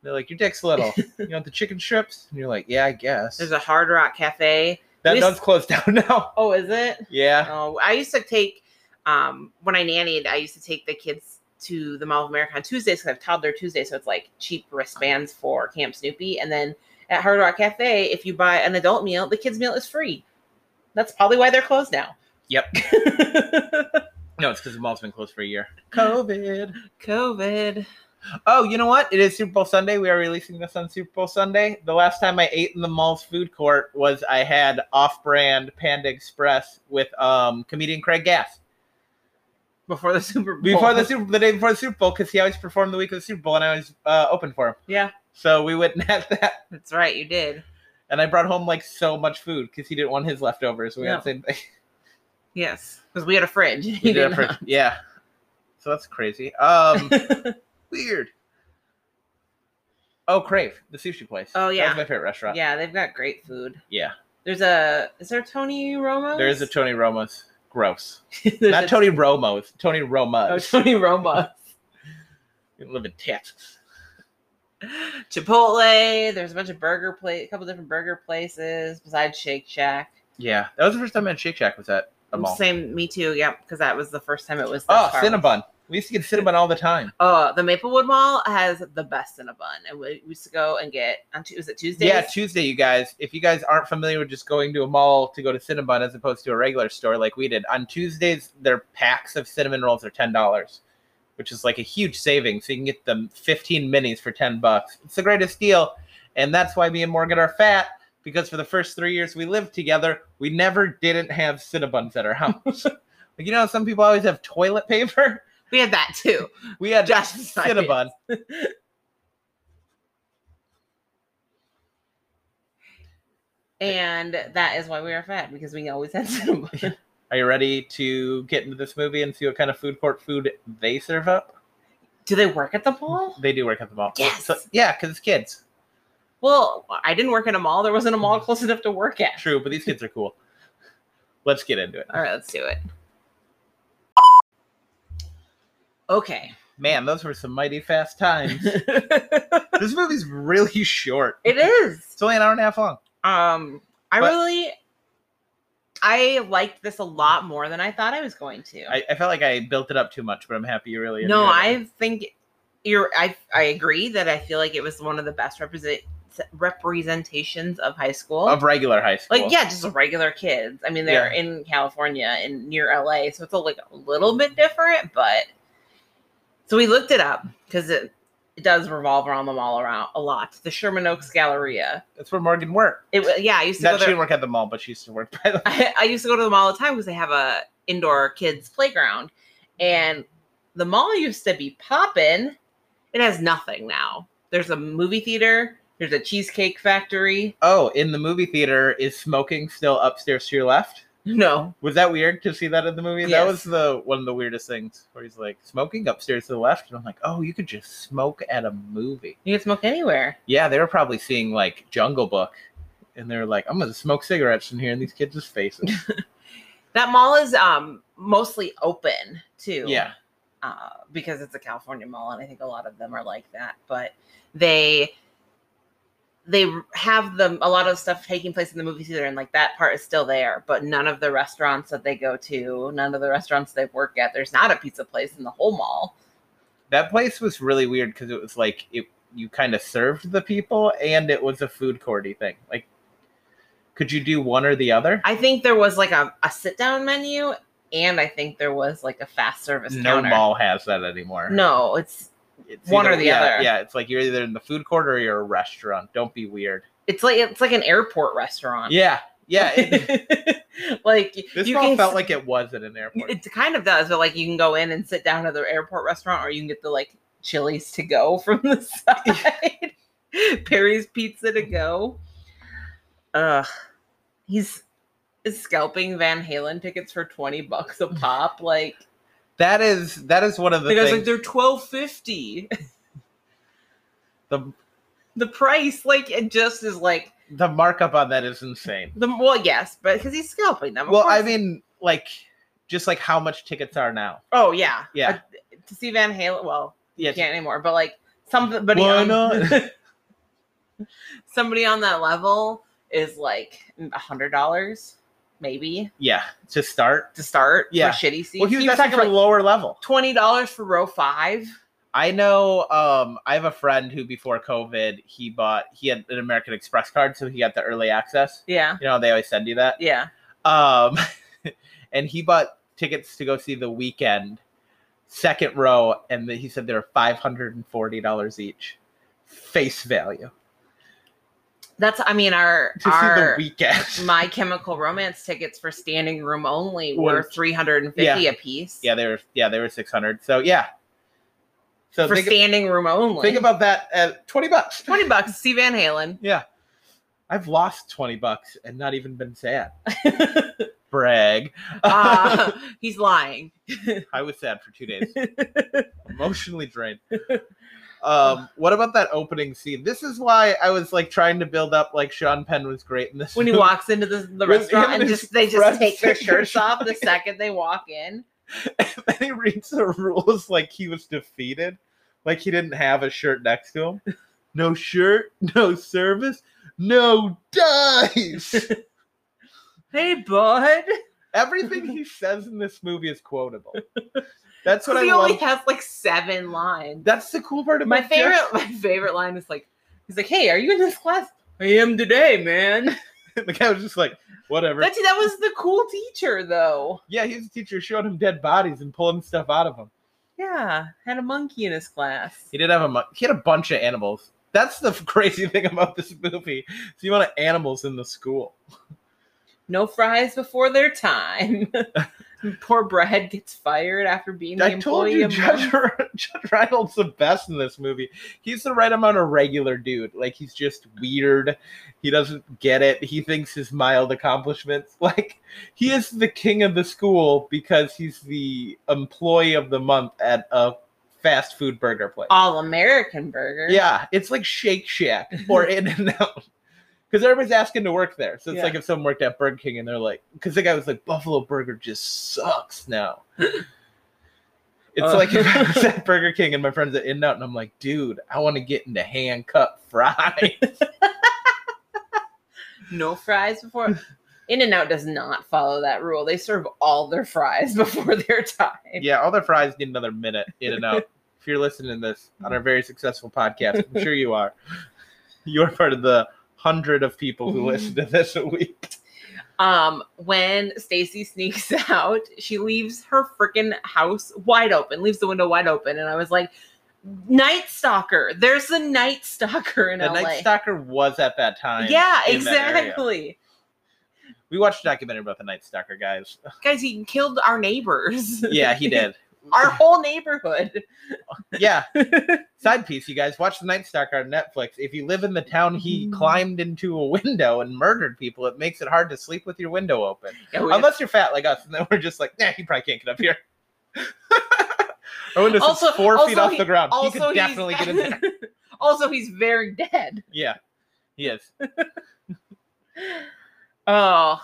S1: they're like, your dick's little. You want the chicken strips? And you're like, yeah, I guess.
S2: There's a Hard Rock Cafe
S1: That
S2: We
S1: does
S2: just-
S1: close down now.
S2: Oh, is it?
S1: Yeah.
S2: Oh, I used to take um when I nannied, I used to take the kids to the Mall of America on Tuesdays because I've toddler Tuesday, so it's like cheap wristbands for Camp Snoopy. And then at Hard Rock Cafe, if you buy an adult meal, the kids' meal is free. That's probably why they're closed now.
S1: Yep. No, it's because the mall's been closed for a year. COVID.
S2: COVID.
S1: Oh, you know what? It is Super Bowl Sunday. We are releasing this on Super Bowl Sunday. The last time I ate in the mall's food court was I had off-brand Panda Express with um, comedian Craig Gass
S2: Before the Super Bowl.
S1: before the Super the day before the Super Bowl because he always performed the week of the Super Bowl and I always uh, opened for him.
S2: Yeah,
S1: So we went and had that,
S2: that's right. You did.
S1: and I brought home like so much food because he didn't want his leftovers. So we had
S2: No.
S1: the same thing.
S2: Yes, because we had a fridge.
S1: We did it for- yeah. So that's crazy. Um, weird. Oh, Crave, the sushi place.
S2: Oh, yeah.
S1: that's my favorite restaurant.
S2: yeah, they've got great food.
S1: yeah.
S2: There's a. Is there Tony Romo?
S1: There is a Tony Romo's. Gross.
S2: There's
S1: Not
S2: a-
S1: Tony Romo. It's Tony
S2: Oh,
S1: Roma's.
S2: Tony Romo.
S1: We live in Texas.
S2: Chipotle. There's a bunch of burger place, a couple different burger places besides Shake Shack.
S1: Yeah, that was the first time I had Shake Shack. Was at a mall.
S2: Same, me too. Yeah, because that was the first time it was.
S1: Oh,
S2: thus far.
S1: Cinnabon. We used to get Cinnabon all the time.
S2: Oh, the Maplewood Mall has the best in a bun, and we we used to go and get on. Tu- Was it Tuesdays?
S1: Yeah, Tuesday, you guys. If you guys aren't familiar with just going to a mall to go to Cinnabon as opposed to a regular store like we did, on Tuesdays their packs of cinnamon rolls are ten dollars, which is like a huge savings. So you can get them fifteen minis for ten bucks. It's the greatest deal, and that's why me and Morgan are fat because for the first three years we lived together, we never didn't have Cinnabons at our house. like you know, how some people always have toilet paper.
S2: we had that too.
S1: We had
S2: Josh
S1: Cinnabon.
S2: And that is why we were fat because we always had Cinnabon.
S1: Are you ready to get into this movie and see what kind of food court food they serve up?
S2: Do they work at the mall?
S1: They do work at the mall.
S2: Yes.
S1: So, yeah, because it's kids.
S2: Well, I didn't work at a mall. There wasn't a mall
S1: Mm.
S2: close enough to work at.
S1: True, but these kids are cool. Let's get into it.
S2: All right, let's do it. Okay.
S1: Man, those were some mighty fast times.
S2: it
S1: this movie's really short.
S2: is.
S1: It's only an hour and a half long.
S2: Um I
S1: But-
S2: really I liked this a lot more than I thought I was going to.
S1: I, I felt like I built it up too much, but I'm happy you really.
S2: no,
S1: enjoyed it.
S2: I think you're I I agree that I feel like it was one of the best represent representations of high school.
S1: of regular high school.
S2: like yeah, just regular kids. I mean, they're
S1: Yeah.
S2: in California and near LA, so it's a, like a little bit different. But so we looked it up because it, it does revolve around the mall around a lot. The Sherman Oaks Galleria.
S1: that's where Morgan worked.
S2: It wa- yeah, I used to
S1: Not
S2: go
S1: she
S2: there.
S1: didn't work at the mall, but she used to work by the.
S2: I, I used to go to the mall all the time because they have a indoor kids playground, and the mall used to be poppin'. It has nothing now. There's a movie theater. There's a cheesecake factory.
S1: Oh, in the movie theater, is smoking still upstairs to your left?
S2: No,
S1: Was that weird to see that in the movie? That
S2: Yes.
S1: was the one of the weirdest things where he's like smoking upstairs to the left, and I'm like, oh, you could just smoke at a movie.
S2: you can smoke anywhere.
S1: Yeah, they were probably seeing like Jungle Book, and they were like, "I'm gonna smoke cigarettes in here in these kids' faces."
S2: That mall is um mostly open too.
S1: yeah,
S2: Uh, because it's a California mall, and I think a lot of them are like that. But they they have them a lot of stuff taking place in the movie theater, and like that part is still there. But none of the restaurants that they go to, none of the restaurants they work at, there's not a pizza place in the whole mall.
S1: that place was really weird because it was like it you kind of served the people, and it was a food courty thing. Like, could you do one or the other?
S2: I think there was like a, a sit down menu, and I think there was like a fast service
S1: no
S2: counter.
S1: mall has that anymore.
S2: No, it's
S1: it's
S2: one or the
S1: yeah,
S2: other.
S1: Yeah, it's like you're either in the food court or you're a restaurant. Don't be weird.
S2: it's like it's like an airport restaurant.
S1: Yeah, yeah. It,
S2: like
S1: this
S2: you
S1: mall
S2: can
S1: felt
S2: s-
S1: like it was at an airport.
S2: It kind of does, but like you can go in and sit down at the airport restaurant, or you can get the like Chili's to go from the side, Perry's Pizza to go. Ugh, he's is scalping Van Halen tickets for twenty bucks a pop. Like
S1: that is that is one of the
S2: the guy's like
S1: things.
S2: they're twelve fifty.
S1: the
S2: The price, like it just is like
S1: the markup on that is insane.
S2: the well, yes, but because he's scalping them. of
S1: Well, I
S2: course.
S1: mean, like, just like how much tickets are now.
S2: oh yeah,
S1: Yeah.
S2: Uh, to see Van Halen, well,
S1: Yeah.
S2: you can't anymore, but like somebody
S1: Why
S2: on,
S1: not?
S2: somebody on that level is like a hundred dollars, maybe
S1: Yeah, to start.
S2: to start
S1: Yeah.
S2: for shitty seats.
S1: Well, he was, asking
S2: talking
S1: for
S2: like
S1: lower level.
S2: twenty dollars for row five.
S1: I know. Um, I have a friend who before COVID he bought he had an American Express card, so he got the early access.
S2: Yeah,
S1: You know they always send you that.
S2: yeah.
S1: Um, and he bought tickets to go see the weekend, second row, and the, he said they were five hundred and forty dollars each, face value
S2: That's I mean our
S1: to
S2: our
S1: see the weekend.
S2: My Chemical Romance tickets for standing room only
S1: Were-
S2: were three hundred and fifty a piece.
S1: yeah, they were yeah they were six hundred. So yeah, so
S2: for
S1: think,
S2: standing room only.
S1: think about that at twenty bucks.
S2: twenty bucks. to See Van Halen.
S1: Yeah. I've lost 20 bucks and not even been sad. Brag.
S2: Uh, he's lying.
S1: I was sad for two days. Emotionally drained. Um, what about that opening scene? This is why I was like trying to build up like Sean Penn was great in this.
S2: When he
S1: movie.
S2: walks into the, the
S1: With him
S2: restaurant and
S1: and
S2: just
S1: his
S2: they
S1: friends
S2: just take their
S1: taking their
S2: shirts off the
S1: shirts.
S2: second they walk in.
S1: and he reads the rules like he was defeated, like he didn't have a shirt next to him. No shirt, no service, no dice.
S2: Hey bud.
S1: Everything he says in this movie is quotable. That's what I
S2: he
S1: love.
S2: only has like seven lines.
S1: That's the cool part
S2: my
S1: about
S2: favorite
S1: Jeff.
S2: my favorite line is like he's like, Hey, are you in this class? I am today, man.
S1: the guy was just like, whatever.
S2: That, that was the cool teacher though.
S1: yeah, he was a teacher showing him dead bodies and pulling stuff out of them.
S2: Yeah. Had a monkey in his class.
S1: He did have a mon- he had a bunch of animals. That's the crazy thing about this movie. So you want animals in the school.
S2: no fries before their time. Poor Brad gets fired after being the
S1: I told
S2: employee.
S1: you,
S2: of
S1: Judge, Judge Reinhold's the best in this movie. He's the right amount of regular dude. Like he's just weird. He doesn't get it. He thinks his mild accomplishments. Like he is the king of the school because he's the employee of the month at a fast food burger place.
S2: All American Burger.
S1: Yeah, it's like Shake Shack or In and Out. Because everybody's asking to work there. So it's
S2: Yeah.
S1: like if someone worked at Burger King and they're like, because the guy was like, Buffalo Burger just sucks now. it's
S2: Uh.
S1: like if I was at Burger King and my friends at In and Out and I'm like, dude, I want to get into hand cut fries.
S2: No fries before. In and Out does not follow that rule. They serve all their fries before their time.
S1: yeah, all their fries need another minute in and out. if you're listening to this on our very successful podcast, I'm sure you are. You're part of the hundred of people who listen to this a week.
S2: Um, when Stacy sneaks out, she leaves her freaking house wide open, leaves the window wide open, and I was like, "Night Stalker." There's a Night Stalker in
S1: The
S2: LA.
S1: Night Stalker was at that time.
S2: yeah,
S1: in that area.
S2: exactly.
S1: We watched a documentary about the Night Stalker guys.
S2: Guys, he killed our neighbors.
S1: Yeah, he did.
S2: our whole neighborhood.
S1: Yeah. Side piece, you guys, watch the Night Stalker on Netflix. If you live in the town he
S2: Mm-hmm.
S1: climbed into a window and murdered people, it makes it hard to sleep with your window open.
S2: Oh, Yeah, we-
S1: Unless you're fat like us, and then we're just like, nah, he probably can't get up here. Our window's also,
S2: Also-
S1: four feet
S2: also
S1: off
S2: he-
S1: the ground. He
S2: also,
S1: could
S2: he's-
S1: definitely get in there.
S2: also, he's very dead.
S1: Yeah. He is.
S2: Oh.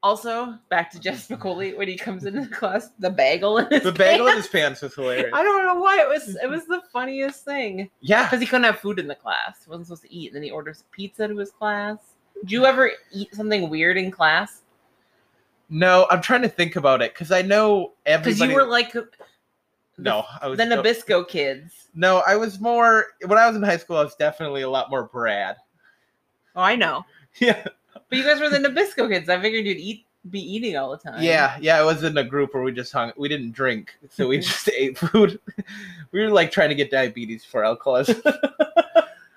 S2: Also, back to Jeff Spicoli when he comes into the class, the bagel in his
S1: The bagel in
S2: pants.
S1: his pants was hilarious.
S2: I don't know why it was. It was the funniest thing
S1: Yeah.
S2: because he couldn't have food in the class. He wasn't supposed to eat, and then he orders pizza to his class. Did you ever eat something weird in class?
S1: No, I'm trying to think about it because I know everybody.
S2: Because you were like the,
S1: no, I was
S2: the
S1: so-
S2: Nabisco kids.
S1: No, I was more when I was in high school. I was definitely a lot more Brad.
S2: Oh, I know,
S1: Yeah,
S2: but you guys were the Nabisco kids. I figured you'd eat, be eating all the time.
S1: yeah, yeah. I was in a group where we just hung. We didn't drink, so we just ate food. We were like trying to get diabetes for alcoholism.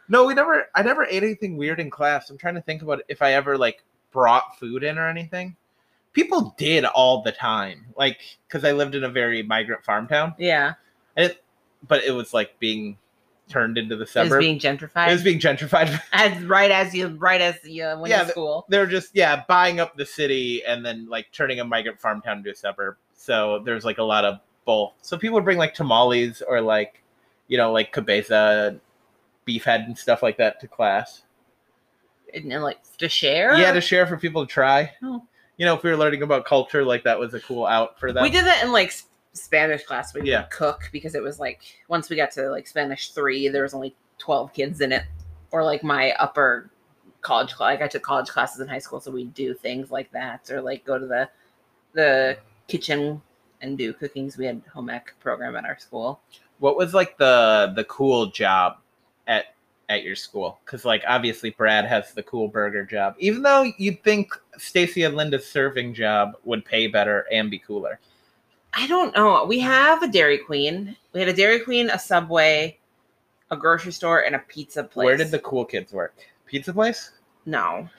S1: no, we never. I never ate anything weird in class. I'm trying to think about if I ever like brought food in or anything. People did all the time, like because I lived in a very migrant farm town,
S2: yeah.
S1: but it was like being turned into the
S2: It was
S1: suburb.
S2: being gentrified.
S1: it was being gentrified.
S2: as right as you right as you uh, went
S1: Yeah,
S2: to
S1: the-
S2: school.
S1: they're just yeah buying up the city and then like turning a migrant farm town into a suburb so there's like a lot of both so people would bring like tamales or like you know like cabeza beef head and stuff like that to class
S2: and, and like to share.
S1: yeah to share for people to try
S2: Oh.
S1: you know if we were learning about culture like that was a cool out for them
S2: we did that in like S- Spanish class. We
S1: Yeah.
S2: did cook because it was like once we got to like Spanish three, there was only twelve kids in it, or like my upper college cla- like I took college classes in high school, so we do things like that or like go to the the kitchen and do cookings. We had home ec program at our school.
S1: What was like the the cool job at at your school? Because like obviously Brad has the cool burger job, even though you'd think Stacy and Linda's serving job would pay better and be cooler.
S2: I don't know.
S1: Mm.
S2: We have a Dairy Queen. We had a Dairy Queen, a Subway, a grocery store, and a pizza place.
S1: Where did the cool kids work? Pizza place?
S2: no?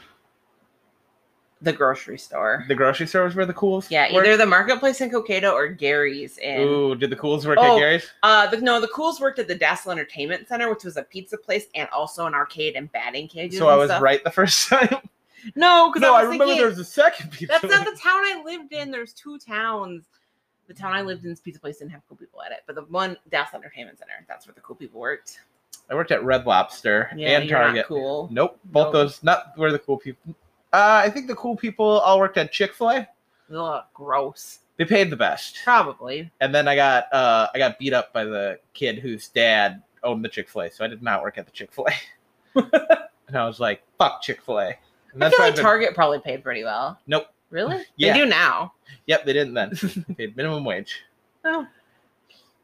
S2: The grocery store.
S1: The grocery store was where the cools.
S2: yeah,
S1: worked?
S2: either the marketplace in Cocado or Gary's in.
S1: Ooh, did the cools work at
S2: Oh.
S1: Gary's?
S2: Uh, the, no, the Cools worked at the Dassel Entertainment Center, which was a pizza place and also an arcade and batting cages.
S1: So I
S2: and
S1: was
S2: stuff.
S1: right the first time.
S2: No, because
S1: No, I,
S2: I, was
S1: remember
S2: thinking,
S1: there was a second pizza.
S2: That's not
S1: place.
S2: the town I lived in. There's two towns. The town I lived in's pizza place didn't have cool people at it, but the one Dassel Entertainment Center, that's where the cool people worked.
S1: I worked at Red Lobster
S2: Yeah,
S1: and
S2: you're not
S1: Target.
S2: cool.
S1: Nope, both
S2: No.
S1: those not where the cool people. Uh, I think the cool people all worked at Chick Fil A.
S2: Ugh, gross.
S1: They paid the best.
S2: Probably.
S1: And then I got uh, I got beat up by the kid whose dad owned the Chick Fil A, so I did not work at the Chick Fil A. and I was like, "Fuck Chick Fil A." And
S2: I
S1: that's
S2: feel
S1: why
S2: like
S1: I've been-
S2: Target probably paid pretty well.
S1: Nope.
S2: Really?
S1: Yeah.
S2: They do now.
S1: Yep, they didn't then. They paid minimum wage.
S2: Oh.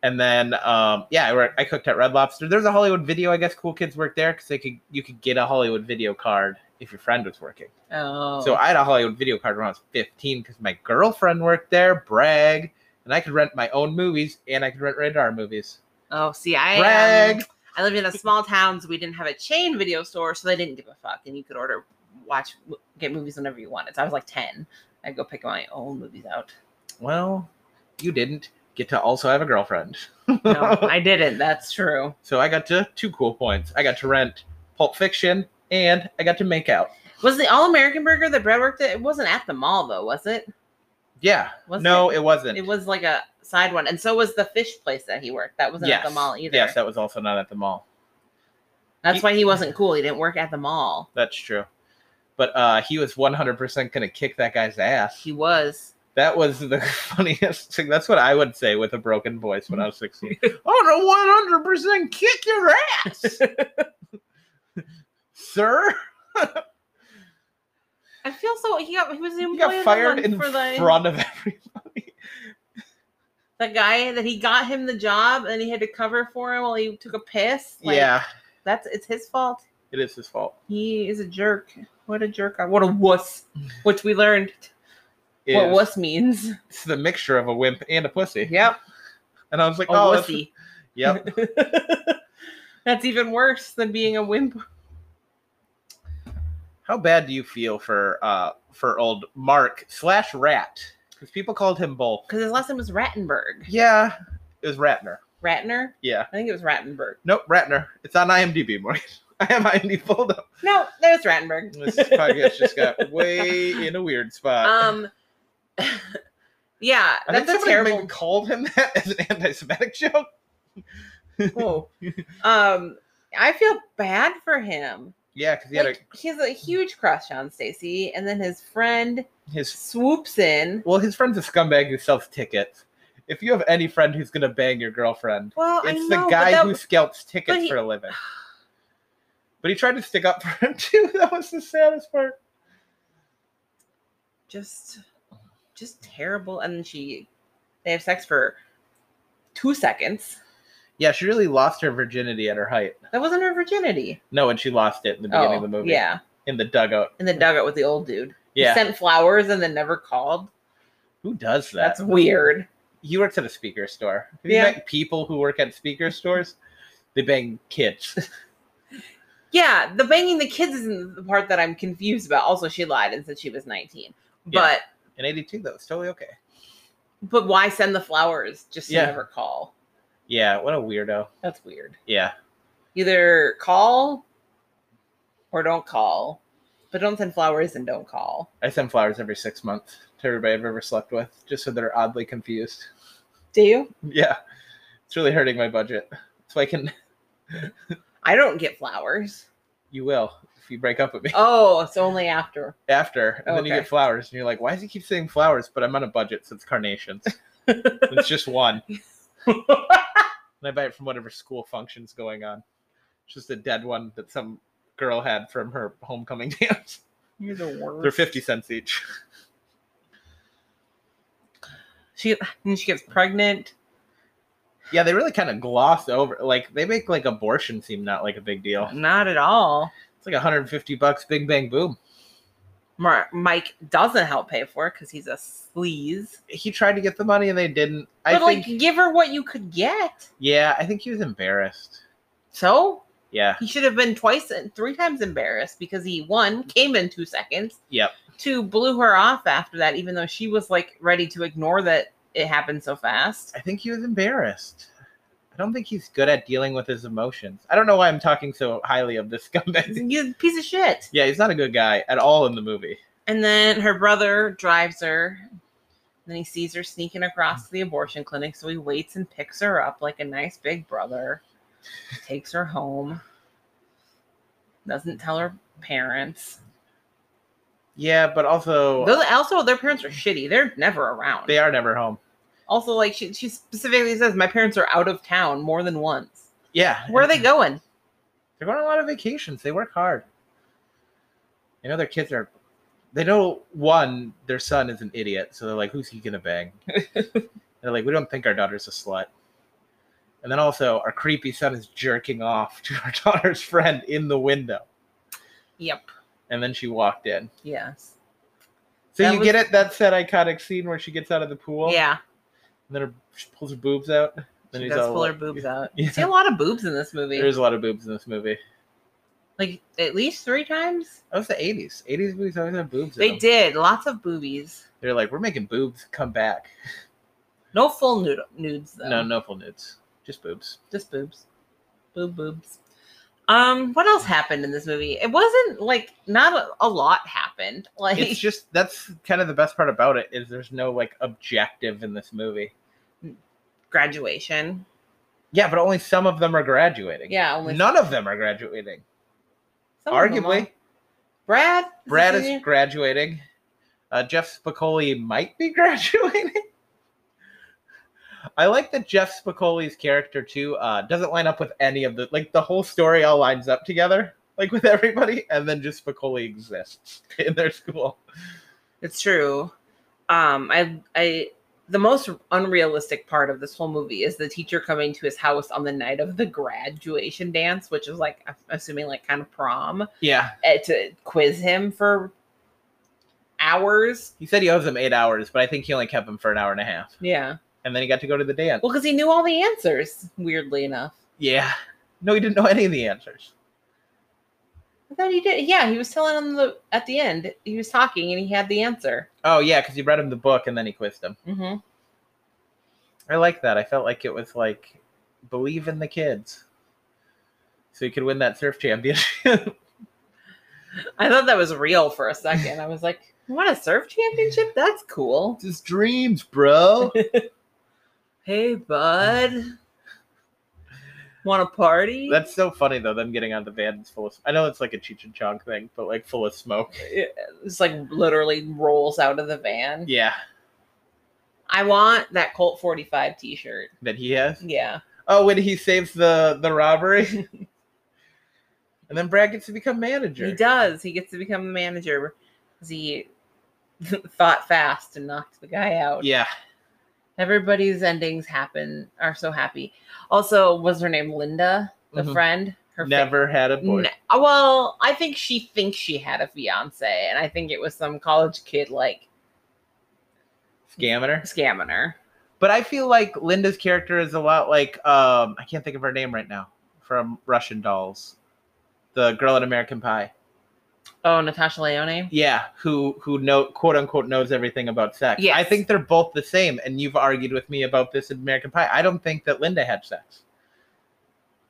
S1: And then, um, yeah, I, worked, I cooked at Red Lobster. There's a Hollywood Video. I guess cool kids work there because they could you could get a Hollywood Video card if your friend was working.
S2: Oh.
S1: So I had a Hollywood Video card when I was 15 because my girlfriend worked there. Brag, and I could rent my own movies and I could rent rated R movies.
S2: oh, see, I um,
S1: Brag.
S2: I lived in a small town, so we didn't have a chain video store, so they didn't give a fuck, and you could order, watch, get movies whenever you wanted. So I was like ten. I'd go pick my own movies out.
S1: Well, you didn't get to also have a girlfriend,
S2: No, I didn't. That's true.
S1: so I got to two cool points. I got to rent Pulp Fiction and I got to make out.
S2: Was the All American Burger that Brad worked at? It wasn't at the mall though, was it?
S1: Yeah.
S2: Was
S1: no, it, wasn't.
S2: It was like a side one, and so was the fish place that he worked. That wasn't at the mall either.
S1: Yes, that was also not at the mall.
S2: That's why he wasn't cool. He didn't work at the mall.
S1: That's true. But uh, he was 100% going to kick that guy's ass.
S2: He was.
S1: That was the funniest thing. That's what I would say with a broken voice when I was Oh, 16. I'm going to 100% kick your ass. Sir,
S2: I feel so. He got. He was the
S1: you
S2: employee
S1: got
S2: of the
S1: fired
S2: month
S1: in
S2: for the,
S1: front of everybody.
S2: the guy that he got him the job, and he had to cover for him while he took a piss. Like,
S1: yeah,
S2: that's it's his fault.
S1: it is his fault.
S2: He is a jerk. What a jerk! What a wuss! Which we learned
S1: It
S2: what
S1: is-
S2: wuss means.
S1: It's the mixture of a wimp and a pussy.
S2: Yep,
S1: And I was like,
S2: a
S1: oh, that's-
S2: wussy.
S1: yep.
S2: That's even worse than being a wimp.
S1: How bad do you feel for uh for old Mark slash Rat? Because people called him both.
S2: Because his last name was Rattenberg.
S1: Yeah, it was Ratner.
S2: Ratner?
S1: Yeah,
S2: I think it was Rattenberg.
S1: nope, Ratner. It's on IMDb, Morgan. I have IMDb pulled up.
S2: No, that was Rattenberg.
S1: This podcast just got way in a weird spot.
S2: Um, yeah,
S1: Uh, I think
S2: that's a
S1: somebody
S2: terrible.
S1: maybe called him that as an anti-Semitic joke.
S2: Oh. um, I feel bad for him.
S1: Yeah, because he had
S2: Like, he has a huge crush on Stacy, and then his friend
S1: a, his
S2: swoops in.
S1: well, his friend's a scumbag who sells tickets. If you have any friend who's gonna bang your girlfriend,
S2: Well, I
S1: it's
S2: know,
S1: the
S2: but
S1: guy
S2: that-
S1: who scalps tickets
S2: but he-
S1: for a living. But he tried to stick up for him too. That was the saddest part.
S2: just, just terrible. And she, they have sex for two seconds.
S1: Yeah, she really lost her virginity at her height.
S2: That wasn't her virginity.
S1: No, when she lost it in the beginning of the movie.
S2: Oh, yeah,
S1: In the dugout.
S2: in the dugout with the old dude. He
S1: Yeah.
S2: sent flowers and then never called.
S1: Who does that?
S2: That's weird.
S1: He works at a speaker store. Have you
S2: Yeah.
S1: met people who work at speaker stores? They bang kids.
S2: Yeah, the banging the kids isn't the part that I'm confused about. Also, she lied and said she was 19.
S1: Yeah. In 82, though, it's totally okay.
S2: But but why send the flowers just to
S1: Yeah.
S2: never call?
S1: Yeah, what a weirdo.
S2: That's weird.
S1: Yeah.
S2: Either call or don't call, but don't send flowers and don't call.
S1: I send flowers every six months to everybody I've ever slept with, just so they're oddly confused.
S2: Do you?
S1: Yeah. It's really hurting my budget. So I can,
S2: I don't get flowers.
S1: you will if you break up with me
S2: Oh, it's only after.
S1: after. And then you
S2: Okay.
S1: get flowers, and you're like, why does he keep saying flowers? But I'm on a budget, so it's carnations. it's just one. and I buy it from whatever school function's going on. It's just a dead one that some girl had from her homecoming dance.
S2: You're the worst.
S1: They're 50 cents each.
S2: She and she gets pregnant.
S1: Yeah, they really kind of gloss over. Like, they make like abortion seem not like a big deal.
S2: Not at all.
S1: It's like 150 bucks, big bang, boom.
S2: Mar- Mike doesn't help pay for it because he's a sleaze.
S1: He tried to get the money and they didn't. I
S2: But
S1: think,
S2: like, give her what you could get.
S1: yeah, I think he was embarrassed.
S2: So
S1: Yeah,
S2: he should have been twice and three times embarrassed because he one came in two seconds.
S1: Yep.
S2: Two blew her off after that, even though she was like ready to ignore that it happened so fast.
S1: I think he was embarrassed. I don't think he's good at dealing with his emotions. I don't know why I'm talking so highly of this scumbag.
S2: You piece of shit.
S1: Yeah, he's not a good guy at all in the movie.
S2: And then her brother drives her. and Then he sees her sneaking across to the abortion clinic, so he waits and picks her up like a nice big brother. Takes her home. Doesn't tell her parents.
S1: Yeah, but also
S2: Those, also, their parents are shitty. They're never around.
S1: they are never home.
S2: Also, like she, she specifically says, my parents are out of town more than once.
S1: Yeah,
S2: Where are they going?
S1: They're going on a lot of vacations. They work hard. They know their kids are. They know one, their son is an idiot, so they're like, "Who's he gonna bang?" they're like, "We don't think our daughter's a slut." And then also, our creepy son is jerking off to our daughter's friend in the window,
S2: Yep.
S1: and then she walked in.
S2: Yes.
S1: So
S2: That
S1: you
S2: was-
S1: get it? That's that iconic scene where she gets out of the pool,
S2: yeah.
S1: and then her, she pulls her boobs out. and Then
S2: She
S1: he's
S2: does
S1: all
S2: pull her
S1: like-
S2: boobs out.
S1: Yeah.
S2: See a lot of boobs in this movie.
S1: There's a lot of boobs in this movie.
S2: like at least three times.
S1: That was the '80s. '80s movies always have boobs. in
S2: They
S1: them.
S2: did lots of boobies.
S1: They're like, "We're making boobs come back."
S2: No full nude nudes though.
S1: No, no full nudes. Just boobs.
S2: just boobs, boob boobs. Um, what else happened in this movie? It wasn't like not a, a lot happened. Like
S1: It's just that's kind of the best part about it is there's no like objective in this movie.
S2: graduation.
S1: Yeah, but only some of them are graduating.
S2: Yeah, only
S1: None of them are graduating.
S2: some of them
S1: Arguably,
S2: are. Brad. is a
S1: Brad is
S2: senior?
S1: graduating. Uh, Jeff Spicoli might be graduating. I like that Jeff Spicoli's character too uh, doesn't line up with any of the like the whole story all lines up together like with everybody, and then just Spicoli exists in their school.
S2: It's true. Um, I I the most unrealistic part of this whole movie is the teacher coming to his house on the night of the graduation dance, which is like I'm assuming like kind of prom,
S1: Yeah,
S2: eh, to quiz him for hours.
S1: He said he owes him eight hours, but I think he only kept him for an hour and a half.
S2: Yeah.
S1: And then he got to go to the dance.
S2: Well, because he knew all the answers, weirdly enough.
S1: Yeah. No, he didn't know any of the answers.
S2: I thought he did. Yeah, he was telling him the at the end. He was talking and he had the answer.
S1: Oh, yeah, because he read him the book and then he quizzed him.
S2: hmm
S1: I like that. I felt like it was like, believe in the kids. So he could win that surf championship.
S2: I thought that was real for a second. I was like, "You want a surf championship? That's cool."
S1: it's his dreams, bro.
S2: Hey, bud, want a party?
S1: That's so funny, though, them getting out of the van is full of. I know it's like a Cheech and Chong thing, but like full of smoke.
S2: it's like literally rolls out of the van.
S1: Yeah,
S2: I want that Colt 45 T-shirt.
S1: that he has.
S2: Yeah,
S1: Oh, when he saves the the robbery. and then Brad gets to become manager.
S2: he does. He gets to become the manager because he thought fast and knocked the guy out.
S1: Yeah.
S2: Everybody's endings happen are so happy. Also, was her name Linda, the
S1: Mhm.
S2: friend? Her fa-
S1: never had a boy.
S2: Ne- well, I think she thinks she had a fiance, and I think it was some college kid like
S1: Scamming her.
S2: scamming her.
S1: But I feel like Linda's character is a lot like um I can't think of her name right now from Russian Dolls. The girl in American Pie.
S2: Oh, Natasha Leone.
S1: Yeah, who who know quote unquote knows everything about sex. I
S2: Yes.
S1: think they're both the same and you've argued with me about this in American Pie. I don't think that Linda had sex.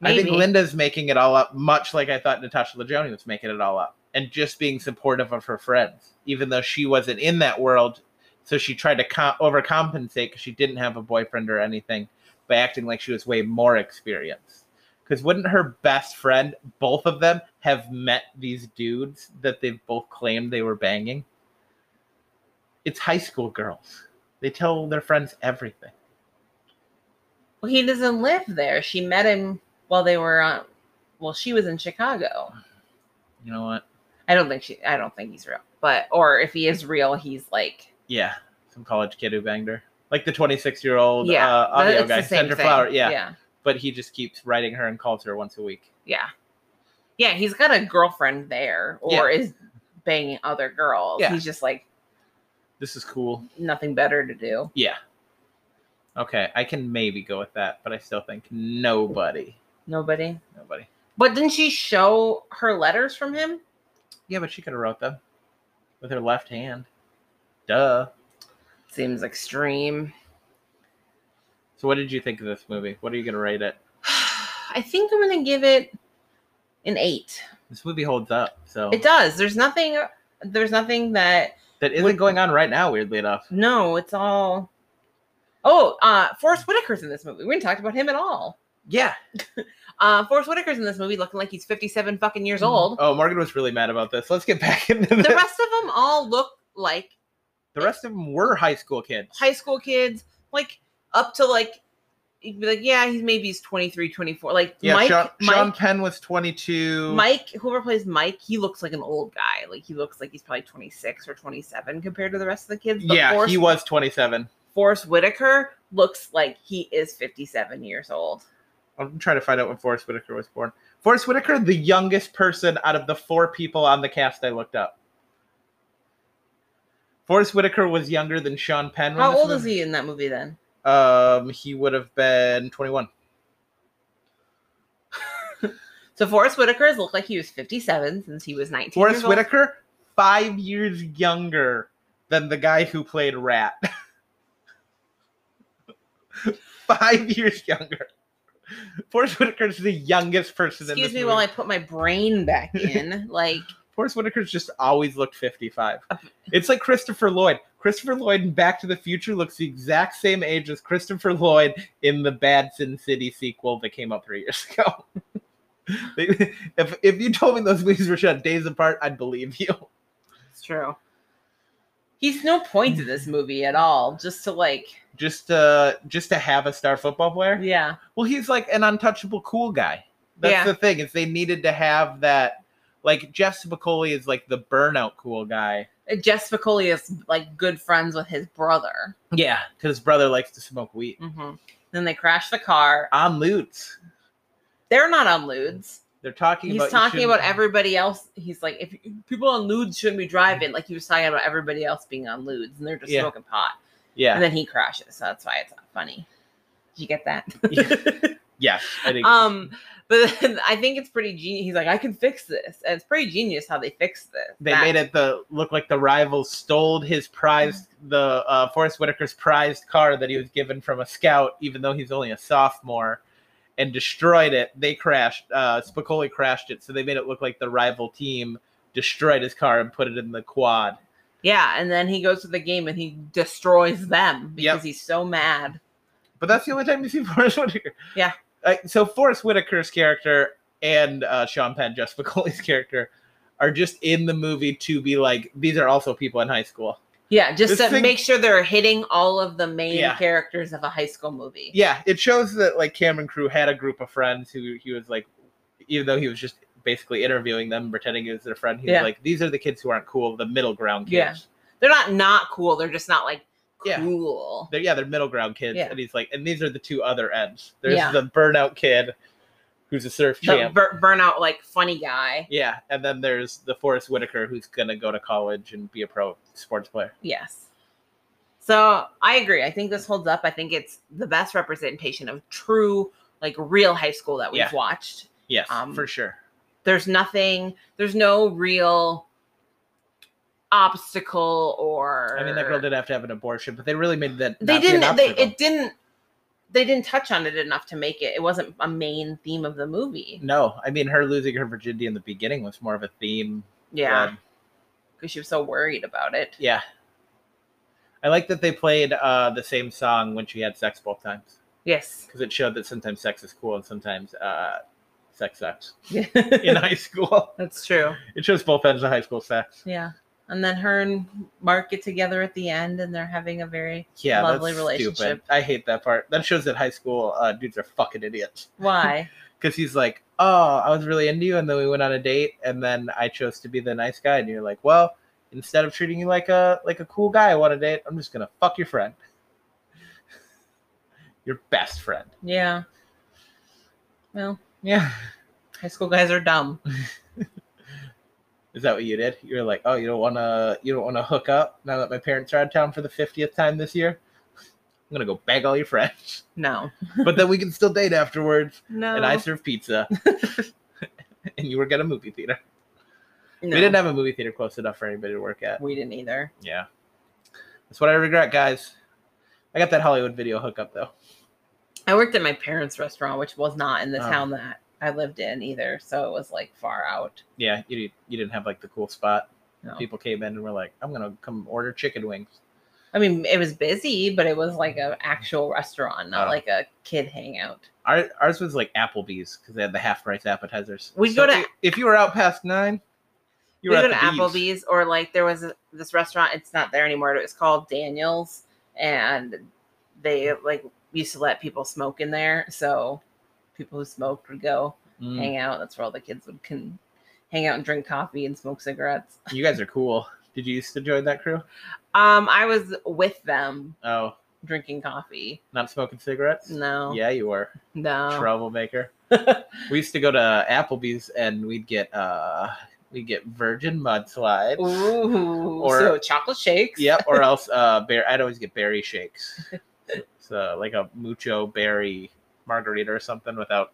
S1: I think
S2: Maybe.
S1: Linda's making it all up much like I thought Natasha Leone was making it all up and just being supportive of her friends even though she wasn't in that world so she tried to co overcompensate cuz she didn't have a boyfriend or anything by acting like she was way more experienced. Cuz wouldn't her best friend both of them have met these dudes that they've both claimed they were banging? It's high school girls. They tell their friends everything.
S2: Well, he uh, doesn't live there. She met him while they were on. Well, she was in Chicago.
S1: You know what?
S2: I don't think she. I don't think he's real. But or if he is real, he's like
S1: Yeah, some college kid who banged her, like the 26 year old
S2: yeah.
S1: uh,
S2: but
S1: audio
S2: it's the
S1: guy,
S2: same
S1: Sandra
S2: thing.
S1: Flower. Yeah.
S2: yeah,
S1: but he just keeps writing her and calls her once a week.
S2: yeah, yeah. He's got a girlfriend there, or is banging other girls.
S1: Yeah.
S2: He's just like
S1: This is cool.
S2: nothing better to do.
S1: Yeah. Okay, I can maybe go with that, but I still think nobody,
S2: Nobody.
S1: nobody.
S2: But didn't she show her letters from him?
S1: Yeah, but she could have wrote them with her left hand. Duh.
S2: Seems extreme.
S1: So, what did you think of this movie? What are you gonna rate it?
S2: I think I'm gonna give it an eight.
S1: This movie holds up, so
S2: It does. There's nothing. There's nothing that
S1: that isn't going on right now. Weirdly enough,
S2: No, it's all. Oh, uh, Forrest Whitaker's in this movie. We didn't talk about him at all.
S1: yeah.
S2: Uh, Forrest Whitaker's in this movie, looking like he's fifty-seven fucking years old.
S1: Oh, Morgan was really mad about this. Let's get back into this.
S2: The rest of them all look like
S1: the rest of them were high school kids.
S2: high school kids, like up to like, you'd be like, yeah, he's maybe he's 23, 24. Like
S1: Yeah,
S2: Mike,
S1: Sean, Sean
S2: Mike,
S1: Penn was 22.
S2: Mike, whoever plays Mike, he looks like an old guy. Like he looks like he's probably twenty-six or twenty-seven compared to the rest of the kids. But
S1: yeah,
S2: Forrest,
S1: he was 27.
S2: Forrest Whitaker looks like he is fifty-seven years old.
S1: I'm trying to find out when Forrest Whitaker was born. Forrest Whitaker, the youngest person out of the four people on the cast I looked up. Forrest Whitaker was younger than Sean Penn. when
S2: How
S1: this
S2: old is
S1: movie-
S2: he in that movie then?
S1: Um, he would have been 21.
S2: So Forrest Whitaker has looked like he was 57 since he was 19.
S1: Forrest
S2: years old.
S1: Whitaker, five years younger than the guy who played Rat. five years younger. Forrest Whitaker's the youngest person in
S2: Excuse
S1: this
S2: me
S1: movie.
S2: while I put my brain back in. like,
S1: Forrest Whitaker's just always looked 55.
S2: Uh,
S1: It's like Christopher Lloyd. Christopher Lloyd in Back to the Future looks the exact same age as Christopher Lloyd in the Bad Sin City sequel that came out three years ago. They- if, if you told me those movies were shot days apart, I'd believe you.
S2: it's true. He's no point to this movie at all. Just to like,
S1: Just uh just to have a star football player.
S2: yeah,
S1: Well, he's like an untouchable cool guy. That's
S2: Yeah.
S1: the thing, is they needed to have that like Jeff Spicoli is like the burnout cool guy.
S2: Uh, Jess Spicoli is like good friends with his brother.
S1: Yeah. Because his brother likes to smoke weed.
S2: Mm-hmm. Then they crash the car.
S1: on Lutz.
S2: They're not on lewds.
S1: They're talking
S2: He's
S1: about you
S2: talking
S1: shouldn't-
S2: about everybody else. He's like, if people on lewds shouldn't be driving, like he was talking about everybody else being on lewds, and they're just
S1: Yeah.
S2: smoking pot.
S1: Yeah.
S2: and then he crashes. So that's why it's not funny. Did you get that?
S1: Yeah. yes. I think
S2: um, but then I think it's pretty genius. He's like, I can fix this, and it's pretty genius how they fixed this.
S1: they made it the look like the rivals stole his prized the uh Forrest Whitaker's prized car that he was given from a scout, even though he's only a sophomore, and destroyed it. They crashed, uh Spicoli crashed it, so they made it look like the rival team destroyed his car and put it in the quad.
S2: Yeah, and then he goes to the game and he destroys them because
S1: Yep.
S2: he's so mad.
S1: But that's the only time you see Forrest Whitaker.
S2: Yeah.
S1: Uh, so Forrest Whitaker's character and uh, Sean Penn, Jess McCauley's character, are just in the movie to be like, these are also people in high school.
S2: Yeah, just
S1: This
S2: to
S1: thing-
S2: make sure they're hitting all of the main
S1: Yeah.
S2: characters of a high school movie.
S1: Yeah, it shows that like Cameron Crew had a group of friends who he was like, even though he was just basically interviewing them, pretending he was their friend, he was
S2: Yeah.
S1: like, these are the kids who aren't cool, the middle ground kids.
S2: Yeah. They're not not cool. They're just not like
S1: Yeah.
S2: cool.
S1: they're yeah, they're middle ground kids.
S2: Yeah.
S1: And he's like, and these are the two other ends. There's
S2: Yeah.
S1: the burnout kid who's a surf
S2: The
S1: champ.
S2: bur- burnout like funny guy.
S1: Yeah, and then there's the Forrest Whitaker who's gonna go to college and be a pro sports player.
S2: Yes. So I agree. I think this holds up. I think it's the best representation of true, like real high school that we've
S1: Yeah.
S2: watched.
S1: Yes,
S2: Um,
S1: for sure.
S2: There's nothing, there's no real obstacle or
S1: I mean, that girl did have to have an abortion, but they really made that.
S2: er they
S1: not be an
S2: didn't they
S1: obstacle.
S2: it didn't they didn't touch on it enough to make it it wasn't a main theme of the movie.
S1: no, I mean, her losing her virginity in the beginning was more of a theme.
S2: Yeah.
S1: than-
S2: Because she was so worried about it.
S1: yeah. I like that they played uh, the same song when she had sex both times
S2: Yes.
S1: because it showed that sometimes sex is cool and sometimes uh, sex sucks in
S2: Yeah.
S1: high school.
S2: That's true.
S1: It shows both ends of high school sex.
S2: Yeah. And then her and Mark get together at the end and they're having a very
S1: Yeah,
S2: Lovely
S1: that's
S2: relationship.
S1: Stupid. I hate that part. That shows that high school uh, dudes are fucking idiots.
S2: Why?
S1: because he's like, "Oh, I was really into you, and then we went on a date, and then I chose to be the nice guy," and you're like, "Well, instead of treating you like a like a cool guy I want to date, I'm just gonna fuck your friend, your best friend."
S2: Yeah. Well,
S1: Yeah,
S2: high school guys are dumb.
S1: is that what you did? You're like, "Oh, you don't wanna you don't wanna hook up now that my parents are out of town for the fiftieth time this year." I'm gonna go bang all your friends,
S2: No.
S1: but then we can still date afterwards,
S2: No.
S1: and I serve pizza, and you work at a movie theater.
S2: no.
S1: We didn't have a movie theater close enough for anybody to work at.
S2: We didn't either.
S1: Yeah. That's what I regret, guys. I got that Hollywood video hookup though.
S2: I worked at my parents' restaurant, which was not in the
S1: Oh.
S2: town that I lived in either, so it was like far out.
S1: Yeah, you you didn't have like the cool spot.
S2: No.
S1: People came in and were like, "I'm gonna come order chicken wings."
S2: I mean, it was busy, but it was like an actual restaurant, not
S1: Oh.
S2: like a kid hangout.
S1: Our, ours was like Applebee's because they had the half price appetizers.
S2: We'd go to-
S1: i- if you were out past nine, you
S2: we
S1: were
S2: go
S1: at
S2: to
S1: the Bee's.
S2: Applebee's, or like there was a, this restaurant. It's not there anymore. It was called Daniels, and they like used to let people smoke in there. So people who smoked would go
S1: Mm,
S2: hang out. That's where all the kids would can hang out and drink coffee and smoke cigarettes.
S1: you guys are cool. Did you used to join that crew?
S2: Um, I was with them
S1: Oh,
S2: drinking coffee.
S1: not smoking cigarettes.
S2: No,
S1: Yeah, you were.
S2: no.
S1: troublemaker. we used to go to Applebee's and we'd get uh we'd get virgin mudslides.
S2: Ooh,
S1: Or-
S2: so chocolate shakes.
S1: Yep, or else uh bear I'd always get berry shakes. so like a mucho berry margarita or something without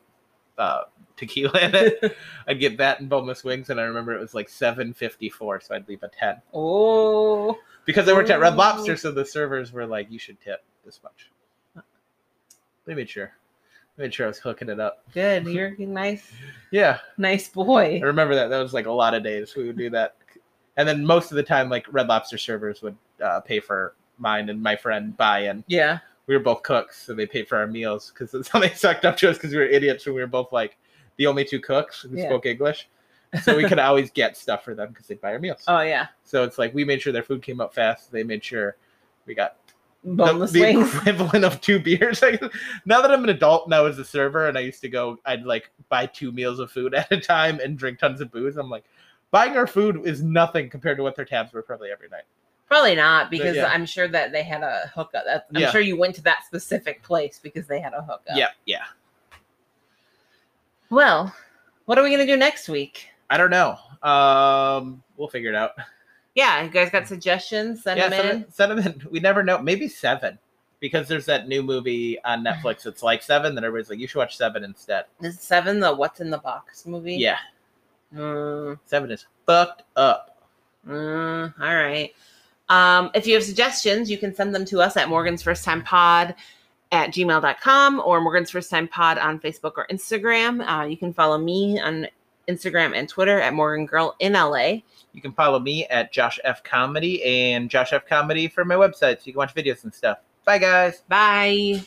S1: uh tequila in it. I'd get that and boneless wings and I remember it was like 754 so I'd leave a 10.
S2: Oh,
S1: Because I worked at Red
S2: Ooh.
S1: Lobster so the servers were like you should tip this much. They made sure. They made sure I was hooking it up.
S2: good. You're a nice,
S1: Yeah.
S2: nice boy.
S1: I remember that. That was like a lot of days we would do that. And then most of the time, like Red Lobster servers would uh, pay for mine and my friend buy-in.
S2: Yeah.
S1: We were both cooks, so they paid for our meals because that's how they sucked up to us because we were idiots and we were both like the only two cooks who
S2: Yeah.
S1: spoke English. So we could always get stuff for them because they buy our meals.
S2: Oh yeah.
S1: So it's like we made sure their food came up fast. They made sure we got the-
S2: Boneless
S1: the,
S2: wings.
S1: equivalent of two beers. Like, now that I'm an adult and I was a server and I used to go, I'd like buy two meals of food at a time and drink tons of booze. I'm like, buying our food is nothing compared to what their tabs were probably every night.
S2: Probably not, because
S1: yeah.
S2: I'm sure that they had a hookup. That, I'm
S1: Yeah.
S2: sure you went to that specific place because they had a hookup.
S1: Yeah, yeah.
S2: Well, what are we gonna do next week?
S1: I don't know. Um, we'll figure it out.
S2: Yeah, you guys got suggestions? Send
S1: yeah,
S2: them in.
S1: send, it- send 'em in. We never know. Maybe seven. Because there's that new movie on Netflix that's like seven that everybody's like, you should watch seven instead.
S2: Is seven the What's in the Box movie?
S1: Yeah,
S2: Mm,
S1: seven is fucked up.
S2: mm, all right. Um, if you have suggestions, you can send them to us at Morgan's First Time Pod at gmail.com or Morgan's First Time Pod on Facebook or Instagram. Uh, you can follow me on Instagram and Twitter at Morgan Girl in LA.
S1: You can follow me at Josh F Comedy and Josh F Comedy for my website so you can watch videos and stuff. Bye guys.
S2: Bye.